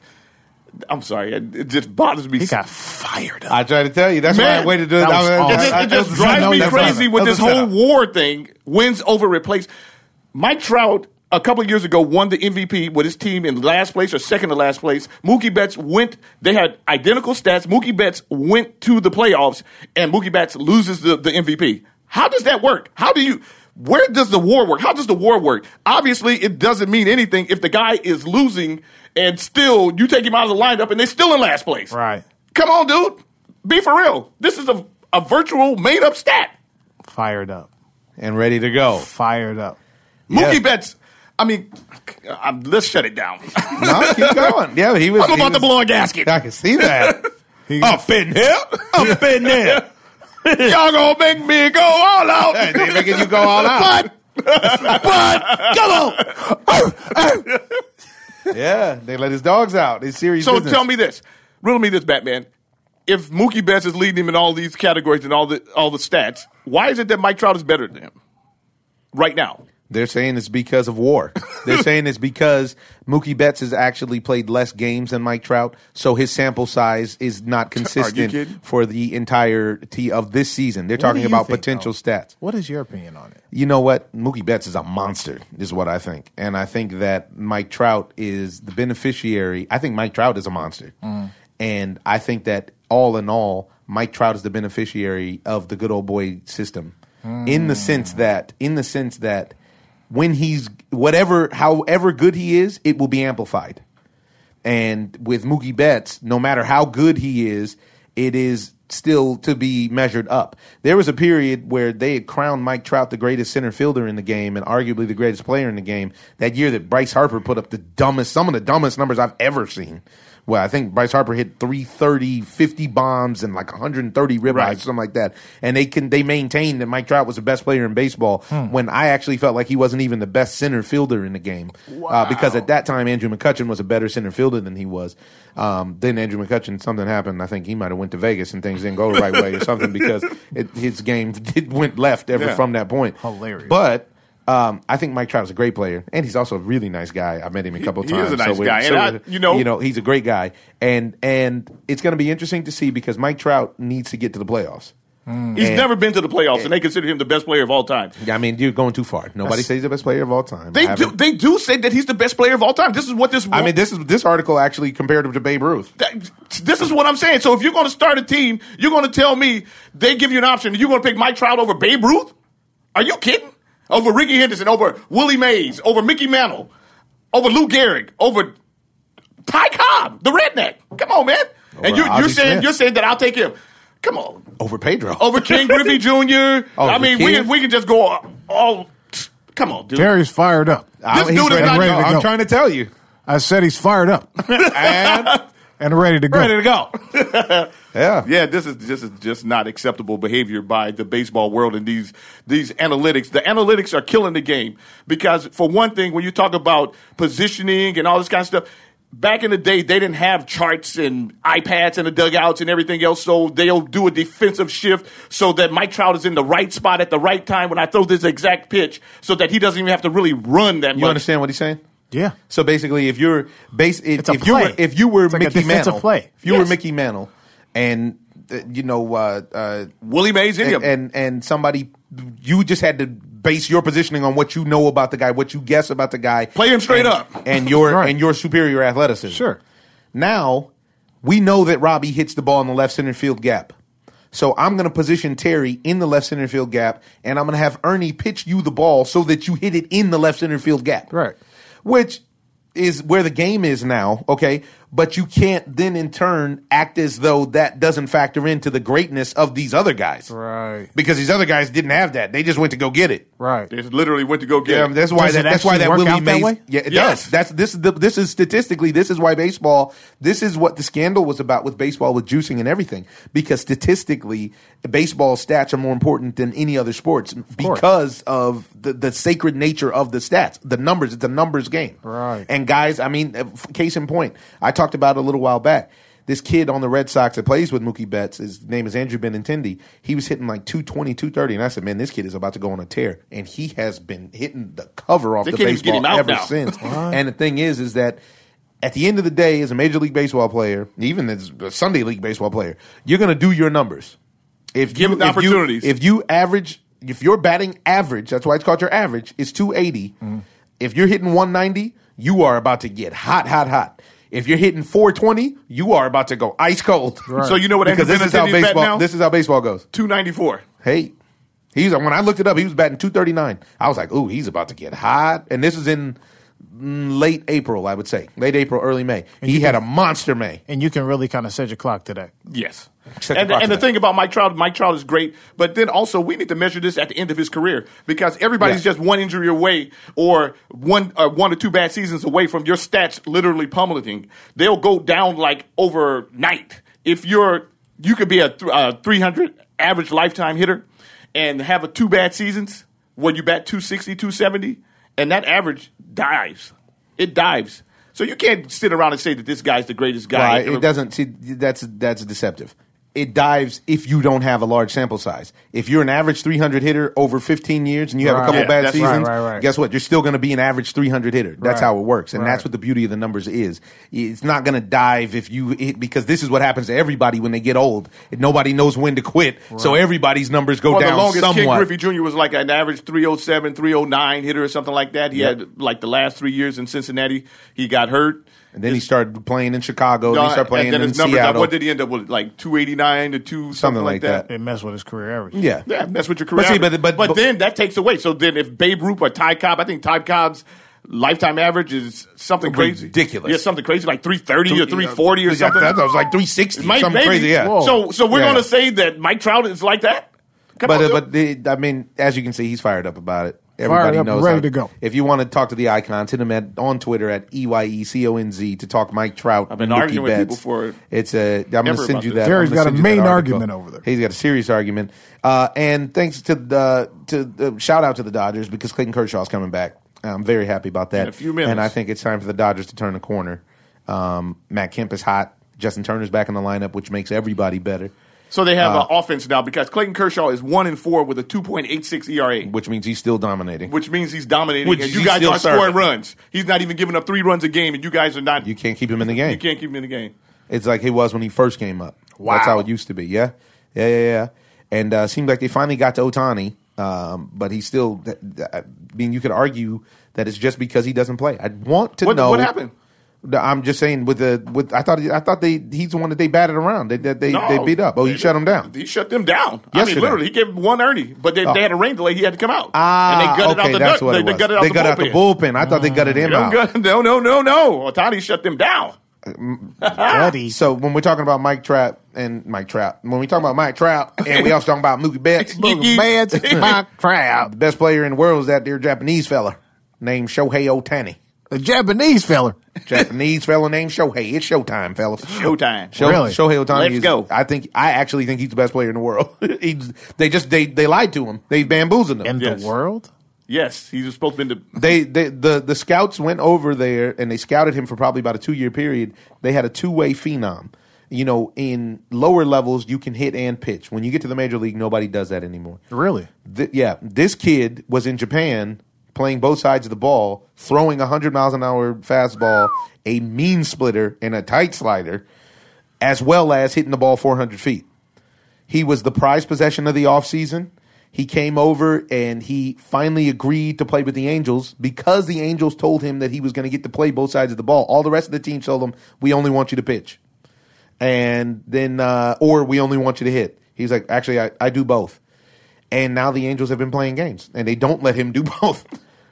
I'm sorry, it it just bothers me. He got fired up. I tried to tell you. That's why I Man, waited. To, that was I- I- awesome. it just, Oh, I- it just I- drives no, me that's crazy not- with that's this not- whole war thing. Wins over replace. Mike Trout a couple of years ago won the MVP with his team in last place or second to last place. Mookie Betts went. They had identical stats. Mookie Betts went to the playoffs, and Mookie Betts loses the, the MVP. How does that work? How do you? Where does the war work? How does the war work? Obviously, it doesn't mean anything if the guy is losing and still you take him out of the lineup and they're still in last place. Right. Come on, dude. Be for real. This is a, a virtual made up stat. Fired up. and ready to go. Fired up. Yeah. Mookie Betts. I mean, i let's shut it down. No, keep going. Yeah, he was. I'm he about to was- blow a gasket. I can see that. Up in here. Up in there. Y'all gonna make me go all out. Hey, they making you go all out. But, but, come on. Yeah, they let his dogs out. It's serious. So business. tell me this, riddle me this, Batman. If Mookie Betts is leading him in all these categories and all the all the stats, why is it that Mike Trout is better than him right now? They're saying it's because of war. They're saying it's because Mookie Betts has actually played less games than Mike Trout, so his sample size is not kidding? consistent for the entirety of this season. They're do talking you about think, potential though? stats. What is your opinion on it? You know what? Mookie Betts is a monster, is what I think. And I think that Mike Trout is the beneficiary. I think Mike Trout is a monster. And I think that all in all, Mike Trout is the beneficiary of the good old boy system. In the sense that in the sense that when he's whatever however good he is, it will be amplified. And with Mookie Betts, no matter how good he is, it is still to be measured up. There was a period where they had crowned Mike Trout the greatest center fielder in the game and arguably the greatest player in the game. That year that Bryce Harper put up the dumbest, some of the dumbest numbers I've ever seen. Well, I think Bryce Harper hit 330, 50 bombs and like 130 ribeyes, Right. something like that. And they can they maintained that Mike Trout was the best player in baseball when I actually felt like he wasn't even the best center fielder in the game. Uh, because at that time Andrew McCutcheon was a better center fielder than he was. Um, then Andrew McCutcheon, something happened. I think he might have went to Vegas and things didn't go the right way or something because it, his game did, went left ever Yeah. from that point. Hilarious. But um, I think Mike Trout is a great player, and he's also a really nice guy. I met him a couple he times. is a nice we're- guy, and I- we're- you know- you know, he's a great guy, and and it's going to be interesting to see because Mike Trout needs to get to the playoffs. He's And- never been to the playoffs, and they consider him the best player of all time. I mean, you're going too far. Nobody That's- says he's the best player of all time. I They do, haven't- they do say that he's the best player of all time. This is what this. I mean, this is this article actually compared him to Babe Ruth. that- this is what I'm saying. So if you're going to start a team, you're going to tell me they give you an option. You're going to pick Mike Trout over Babe Ruth? Are you kidding? Over Ricky Henderson, over Willie Mays, over Mickey Mantle, over Lou Gehrig, over Ty Cobb, the redneck. Come on, man. and you, Ozzie you're saying Smith. you're saying that I'll take him. Come on, Over Pedro. over King Griffey Jr. I Over mean, we King. can, we can just go all. Come on, dude. Terry's fired up. I, this dude is ready not- to go. ready to I'm go. trying to tell you. said he's fired up And and ready to go. ready to go. yeah. Yeah, this is this is just not acceptable behavior by the baseball world and these these analytics. The analytics are killing the game because for one thing, when you talk about positioning and all this kind of stuff, back in the day, they didn't have charts and iPads and the dugouts and everything else, so they'll do a defensive shift so that Mike Trout is in the right spot at the right time when I throw this exact pitch, so that he doesn't even have to really run that You much. understand what he's saying? Yeah. So basically, if you're base, if, It's a if you were play. if you were It's like a Mickey defensive Mantle, play. if you were Yes. Mickey Mantle, and uh, you know, uh, uh, Willie Mays, any of and, them. and and somebody, you just had to base your positioning on what you know about the guy, what you guess about the guy, Play him straight and- up. and your Right. and your superior athleticism. Sure. Now we know that Robbie hits the ball in the left center field gap. So I'm going to position Terry in the left center field gap, and I'm going to have Ernie pitch you the ball so that you hit it in the left center field gap. Right. Which is where the game is now, okay? But you can't then in turn act as though that doesn't factor into the greatness of these other guys. Right. Because these other guys didn't have that. They just went to go get it. Right. They just literally went to go get Yeah, him. that's why. Does That, it that's why actually that work Willie out that Mays. way? Yeah, it Yes. does. That's this. Is the, this is statistically. This is why baseball. This is what the scandal was about with baseball, with juicing and everything. Because statistically, baseball stats are more important than any other sports course. because of the, the sacred nature of the stats, the numbers. It's a numbers game. Right. And guys, I mean, uh, f- case in point, I talked about it a little while back. This kid on the Red Sox that plays with Mookie Betts, his name is Andrew Benintendi. He was hitting like 220, 230. And I said, man, this kid is about to go on a tear. And he has been hitting the cover off They the can't even get baseball him out ever now. since. and the thing is, is that at the end of the day, as a Major League Baseball player, even as a Sunday League Baseball player, you're going to do your numbers. If Give you, him the if you- opportunities. if you average, if your batting average, that's why it's called your average, is 280. If you're hitting 190, you are about to get hot, hot, hot. If you're hitting 420, you are about to go ice cold. So you know what because Andrew this is how Benintendi's batting now? baseball. This is how baseball goes. 294. Hey, he's when I looked it up, he was batting 239. I was like, ooh, he's about to get hot. And this is in mm, late April, I would say, late April, early May. He had a monster May. And you can really kind of set your clock to that. Yes. Check And, the box and the on that. thing about Mike Trout, Mike Trout is great, but then also we need to measure this at the end of his career because everybody's Yeah. just one injury away or one uh, one or two bad seasons away from your stats literally pummeling. They'll go down like overnight. If you're you could be a th- uh, 300 average lifetime hitter and have a two bad seasons where you bat 260, 270 and that average dives. It dives. So you can't sit around and say that this guy's the greatest guy. Right. It doesn't. See, that's that's deceptive. It dives if you don't have a large sample size. If you're an average 300 hitter over 15 years and you have a Right. couple Yeah, bad that's right, seasons, right, right. guess what? You're still going to be an average 300 hitter. That's Right. how it works, and that's Right. what the beauty of the numbers is. It's not going to dive if you hit, because this is what happens to everybody when they get old. Nobody knows when to quit, so everybody's numbers go For down the longest, somewhat. Ken Griffey Jr. was like an average 307, 309 hitter or something like that. He had like the last three years in Cincinnati, he got hurt. and then he started playing in Chicago. then he started playing and then in his numbers, Seattle. what did he end up with? Like 289 to 2, something, like like, that. that. It messed with his career average. yeah. Yeah, that's what your career. But see, average- but- but- but- then that takes away. So then, if Babe Ruth or Ty Cobb, I think Ty Cobb's lifetime average is something crazy, Ridiculous. Yeah, something crazy like three thirty or three forty or Yeah, something. That was like 360, Mike, something maybe. crazy. Yeah. Whoa. So, so we're Yeah. gonna say that Mike Trout is like that. Come but on, uh, dude. but the, I mean, as you can see, he's fired up about it. Everybody up, knows. ready how- to go. If you want to talk to the icons, hit him at on Twitter at e y e c o n z to talk Mike Trout. I've been Mookie arguing with Betts. people for It's a. I'm going to ever send about you this. that. Terry's I'm gonna got send a you that main article. argument over there. He's got a serious argument. Uh, and thanks to the to the shout out to the Dodgers because Clayton Kershaw's coming back. I'm very happy about that. In a few minutes. and I think it's time for the Dodgers to turn the corner. Um, Matt Kemp is hot. Justin Turner's back in the lineup, which makes everybody better, So they have uh, Uh-huh. offense now because Clayton Kershaw is one and four with a two point eight six ERA, which means he's still dominating. which means he's dominating. Which and is you he's guys still are scoring serving. runs. He's not even giving up three runs a game, and you guys are not. you You can't keep him in the game. can't keep him in the game. It's like he was when he first came up. Wow. That's how it used to be. Yeah. Yeah, yeah, yeah. And uh, seemed like they finally got to Otani, um, but he's still. th- th- I mean, you could argue that it's just because he doesn't play. I want to What- know what happened? No, I'm just saying with the with I thought I thought they he's the one that they batted around. They that they, No, they beat up. Oh, you they- shut him down. He shut them down. I Yesterday. Oh. mean, literally, he gave him one Ernie, but they, they had a rain delay. He had to come out, Ah, and they gutted okay, out the that's duck- what they, it they was. gutted out they the got out the bullpen. Mm. bullpen. I thought they gutted him They don't out. gut- No, no, no, no. Otani shut them down. Buddy. So when we're talking about Mike Trout and Mike Trout, when we talk about Mike Trout and we also talking about Mookie Betts, Mookie Betts. Mike Trout, the best player in the world is that there Japanese fella named Shohei Otani. the Japanese fella. Japanese fella named Shohei. It's showtime, fellas. Showtime. Sho- Really? Shohei Otani. Let's is, go. I think I actually think he's the best player in the world. he's, they just they they lied to him. They bamboozled him. In Yes. the world? Yes, he was supposed to be in the. They, they the the scouts went over there and they scouted him for probably about a two year period. They had a two way phenom. You know, in lower levels, you can hit and pitch. When you get to the major league, nobody does that anymore. Really? Th- yeah, this kid was in Japan playing both sides of the ball, throwing a 100 miles an hour fastball, a mean splitter, and a tight slider, as well as hitting the ball 400 feet. He was the prized possession of the offseason. He came over and he finally agreed to play with the Angels because the Angels told him that he was going to get to play both sides of the ball. All the rest of the team told him, We only want you to pitch. And then, uh, or we only want you to hit. He's like, Actually, I, I do both. And now the Angels have been playing games and they don't let him do both.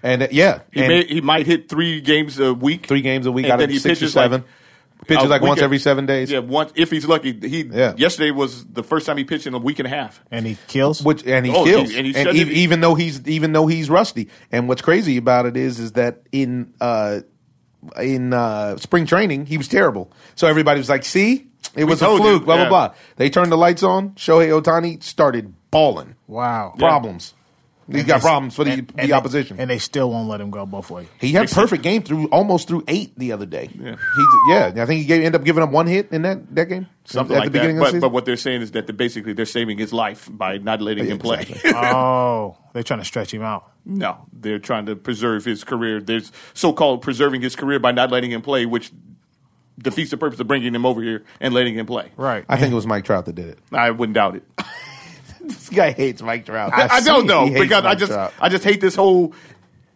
And uh, yeah, He, and may, he might hit three games a week. three games a week and out of then he six or pitches like- seven. pitches a like week once at- every seven days. Yeah, once if he's lucky. He Yeah. yesterday was the first time he pitched in a week and a half. And he kills. Which and he Oh, kills, he- and, and he shut e- it- even though he's even though he's rusty. And what's crazy about it is is that in uh, in uh, spring training he was terrible. So everybody was like, "See, it was a told you, fluke." Blah yeah. blah blah. They turned the lights on. Shohei Otani started balling. wow. Problems. He's And got they- problems for the, and- the and they- opposition. and they still won't let him go both ways. He had a perfect game through almost through eight the other day. Yeah. He's, yeah. I think he gave, ended up giving up one hit in that, that game Something at like the beginning that. of the But, but season. what they're saying is that they're basically they're saving his life by not letting him play. oh, they're trying to stretch him out. no, they're trying to preserve his career. There's so-called preserving his career by not letting him play, which defeats the purpose of bringing him over here and letting him play. Right. I think it was Mike Trout that did it. I wouldn't doubt it. This guy hates Mike Trout. I, I don't know He hates because I Mike just Trout. I just hate this whole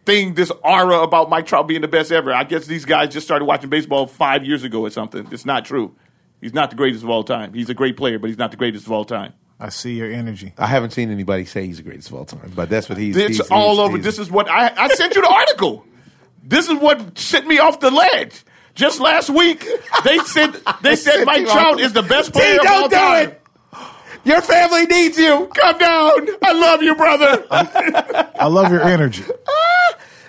thing, this aura about Mike Trout being the best ever. I guess these guys just started watching baseball five years ago or something. It's not true. He's not the greatest of all time. He's a great player, but he's not the greatest of all time. I see your energy. I haven't seen anybody say he's the greatest of all time, but that's what he's. It's he's- all he's- over. he's- This is what I, I sent you the article. This is what sent me off the ledge. Just last week, they said they said sent Mike you off Trout the- is the best T, player of don't all do time. it. Your family needs you. Come down. I love you, brother. I love your energy.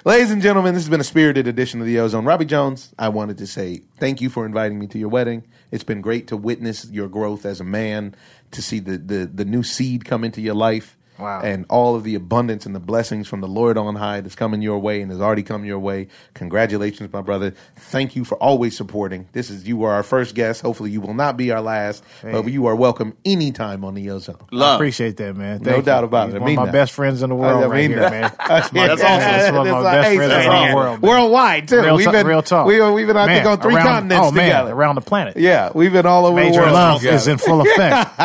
Ladies and gentlemen, this has been a spirited edition of the Ozone. Robbie Jones, I wanted to say thank you for inviting me to your wedding. It's been great to witness your growth as a man, to see the the, the new seed come into your life, Wow. and all of the abundance and the blessings from the Lord on high that's coming your way and has already come your way. Congratulations, my brother. Thank you for always supporting. This is you are our first guest. Hopefully, you will not be our last, but you are welcome anytime on the Ozone. I Love. appreciate that, man. No Thank you. doubt about it. I He's one mean of my that. best friends in the world I right mean here, that. man. That's my- That's awesome. that's one of my like- best hey, friends that's in the awesome. world, man. Worldwide too. Real, we've ta- been real talk. We, we've been out Man, there on three around- continents oh, man, together. around the planet. Yeah, we've been all over Major the world. love together. is in full effect.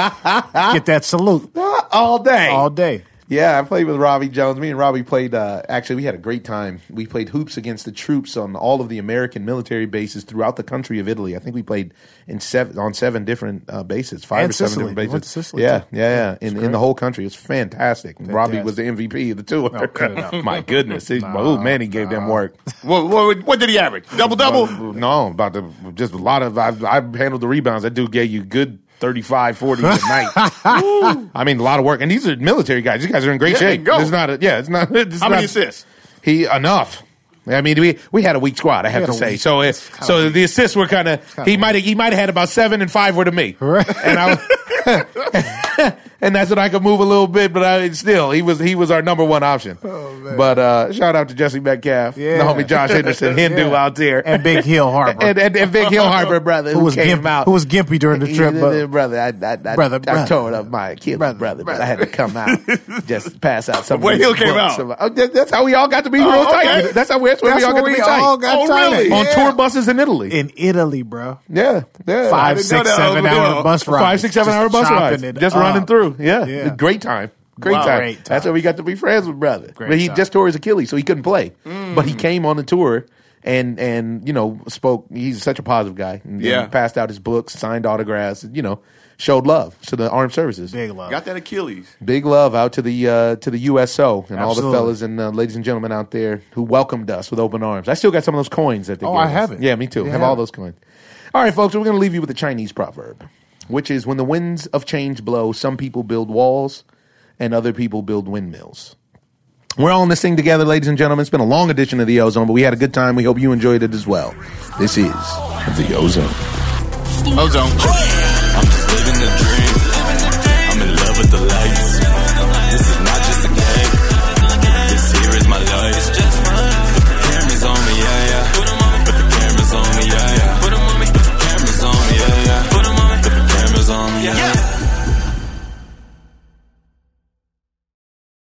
Get that salute all day. all day. Yeah, I played with Robbie Jones. Me and Robbie played. Uh, actually, we had a great time. We played hoops against the troops on all of the American military bases throughout the country of Italy. I think we played in seven on seven different uh, bases, five And or seven Sicily. different We bases. went to Sicily, yeah, too. yeah, yeah. In, in the whole country, it's fantastic. And Robbie Fantastic. was the MVP of the tour. cut it out. My goodness, He- oh man, he gave them work. What, what, what did he average? Double double. No, about the just a lot of I've, I've handled the rebounds. That dude gave you good 35, 40 a night. I mean, a lot of work. And these are military guys. These guys are in great Yeah, they shape. go. It's not. A, yeah, it's not. It's How not, many assists? He enough. I mean, we we had a weak squad. I have had to a say. weak- So it, so the assists were kind of. He might have he might have had about seven and five were to me. Right. And I. was- And that's when I could move a little bit, but I still he was he was our number one option. But uh, shout out to Jesse Metcalf, Yeah. the homie Josh Henderson, Hindu Yeah. out there, And Big Hill Harbor, and, and, and Big Hill Harbor brother who, who, was came gimp, out. who was gimpy during the He- trip. he- But brother? I, I, I, Brother, I brother. tore up my kid, brother, brother, but I had to come out just pass out some. Where of these Hill came books. out? Oh, that- that's how we all got to be Oh, real tight. okay. That's how we, that's where That's we all got where to be we tight. all got Oh, tight. really? On Yeah. tour buses in Italy. in Italy, bro, yeah, yeah. five, didn't know six, that. seven hour Yeah. bus ride, five, six, seven Just hour bus chopping rides, it just up. running through. Yeah, Yeah. great time. Great, Wow. time. Great time. That's how we got to be friends with brother. Great but he time. Mm. just tore his Achilles, so he couldn't play. But he came on the tour and and you know spoke. He's such a positive guy. And- and Yeah. passed out his books, signed autographs. You know, showed love to the armed services. Big love. Got that Achilles. Big love out to the uh, to the USO and all the Absolutely. fellas and uh, ladies and gentlemen out there who welcomed us with open arms. I still got some of those coins that they Oh, gave I us. have it. Yeah, me too. Yeah, have I all have it. those coins. All right, folks, we're going to leave you with a Chinese proverb, which is when the winds of change blow, some people build walls and other people build windmills. We're all in this thing together, ladies and gentlemen. It's been a long edition of The Ozone, but we had a good time. We hope you enjoyed it as well. This is The Ozone. Ozone. I'm just living the dream.